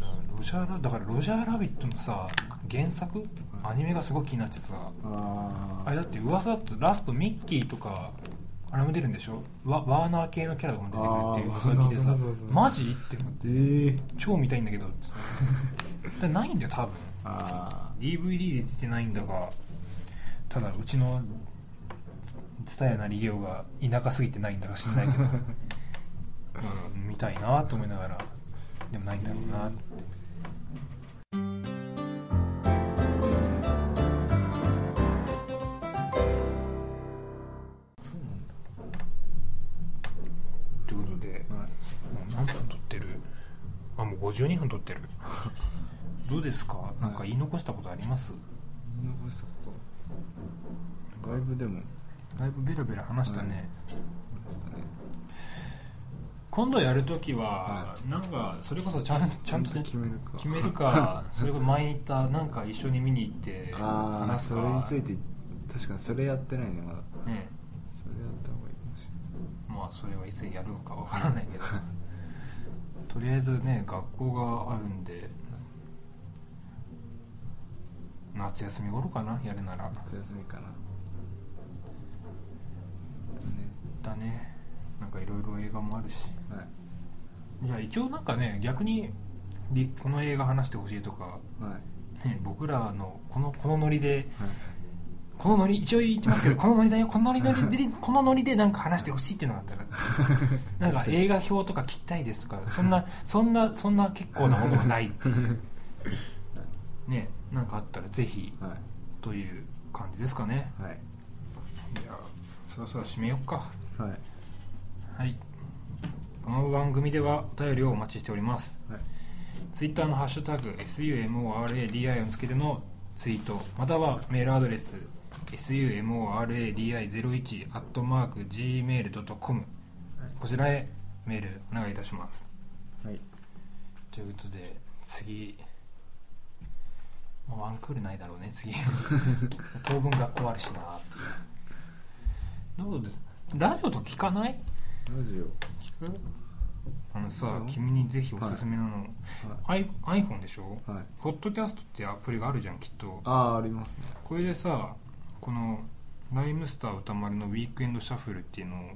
B: だからロジャーラだからロジャーラビットのさ原作アニメがすごい気になってさ
C: あ
B: あれだって噂だとラストミッキーとかあれも出るんでしょワワーナー系のキャラとかも出てくるっていう噂聞いて
C: あ
B: さ
C: ーそうそうそう
B: マジって思って
C: えー、
B: 超見たいんだけどつってでないんだよ多分
C: あ
B: DVD で出てないんだがただうちの蔦屋なりようが田舎すぎてないんだか知んない
C: *laughs*
B: けど、うん、見たいなと思いながらでもないんだろうなって
C: そうなんだ
B: ということで、もう何分撮ってるあもう52分撮って
C: *laughs*
B: るどうですかなんか言い残したことあります
C: 見残したことライブでも
B: だいぶベラベラ話したね、
C: はいありましたね
B: 今度やるときは
C: は、
B: なんかそれこそちゃ
C: *laughs*
B: んちゃんとね
C: 決めるか
B: 決める
C: *laughs*
B: かそれこそ前に言ったなんか一緒に見に行って
C: ああ
B: 話す
C: そ
B: か
C: れについて確かにそれやってないねまだ
B: ね
C: それやった方がいいかもし
B: まあそれはいつやるのかわからないけ
C: *laughs*
B: どとりあえずね学校があるんで夏休み頃かなやるなら
C: れない夏休みかなね
B: だねなんかいろいろ映画もあるし
C: はい
B: じゃあ一応なんかね逆にりこの映画話してほしいとか、
C: はい
B: ね、僕らのこのこのノリで
C: はい
B: このノリ一応言ってますけ *laughs* どこのノリだよこのノリノリでこのノリでなんか話してほしいっていうのがあ *laughs* ったらなんか映画表とか聞きたいですとかそんなそんなそんな結構なものがないっていうねなんかあったらぜひ
C: は
B: という感じですかね
C: いはい
B: じゃあそろそろ締めよっか
C: はい
B: はいこの番組ではお便りをお待ちしております、
C: はい
B: ツイッターのハッシュタグ SUMORADI をつけてのツイートまたはメールアドレス SUMORADI01-gmail.com こちらへメールお願いいたします
C: はい
B: ということで次まあワンクールないだろうね
C: *laughs*
B: 次当分学校あるしなっていうどうですラジオとか聞かない
C: ラジオ
B: 聞くあの
C: そう
B: さ
C: よ
B: 君にぜひおすすめなの、アイ iPhone でしょ
C: はい
B: ポッドキャストってアプリがあるじゃんきっと
C: ああありますね
B: これでさこの「ライムスター歌丸のウィークエンドシャッフル」っていうのを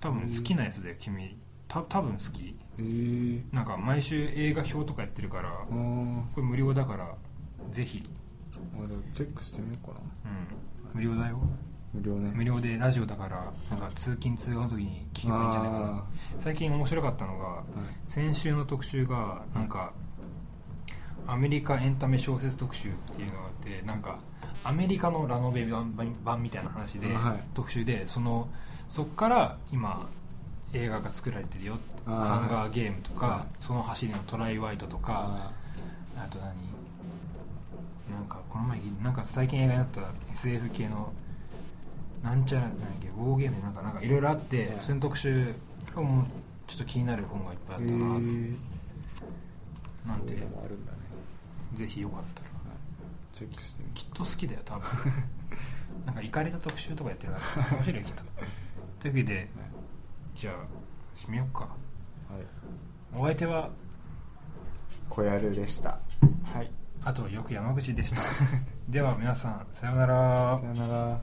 B: 多分好きなやつだよ君た多分好き
C: ええ
B: なんか毎週映画表とかやってるから
C: あーま
B: これ無料だからぜひ、
C: あでもチェックしてみようかな
B: うん、無料だよ
C: 無料ね
B: 無料でラジオだからなんか通勤通学の時に聞けばいいんじゃないかな最近面白かったのが、先週の特集がなんかアメリカエンタメ小説特集っていうのがあってなんかアメリカのラノベ版版みたいな話で、
C: はい
B: 特集でそのそっから今映画が作られてるよって
C: あー
B: ハンガーゲームとか、
C: は
B: その走りのトライワイトとか
C: あ
B: あと何なんかこの前なんか最近映画になった SF 系のなんちゃらなんだっけウォーゲームなんかなんかいろいろあって、
C: はい
B: その特集がもうちょっと気になる本がいっぱいあったな
C: へ
B: ぁ
C: ー
B: なんて
C: そういうのもあるんだね
B: ぜひよかったら
C: チェックしてみ
B: きっと好きだよ
C: *laughs*
B: 多分なんかイカれた特集とかやってるから面白いよきっとというわけでじゃあ締めようか
C: はい
B: お相手は
C: 小やるでしたはい *laughs*
B: あとよく山口でしたでは皆さんさようなら
C: さよなら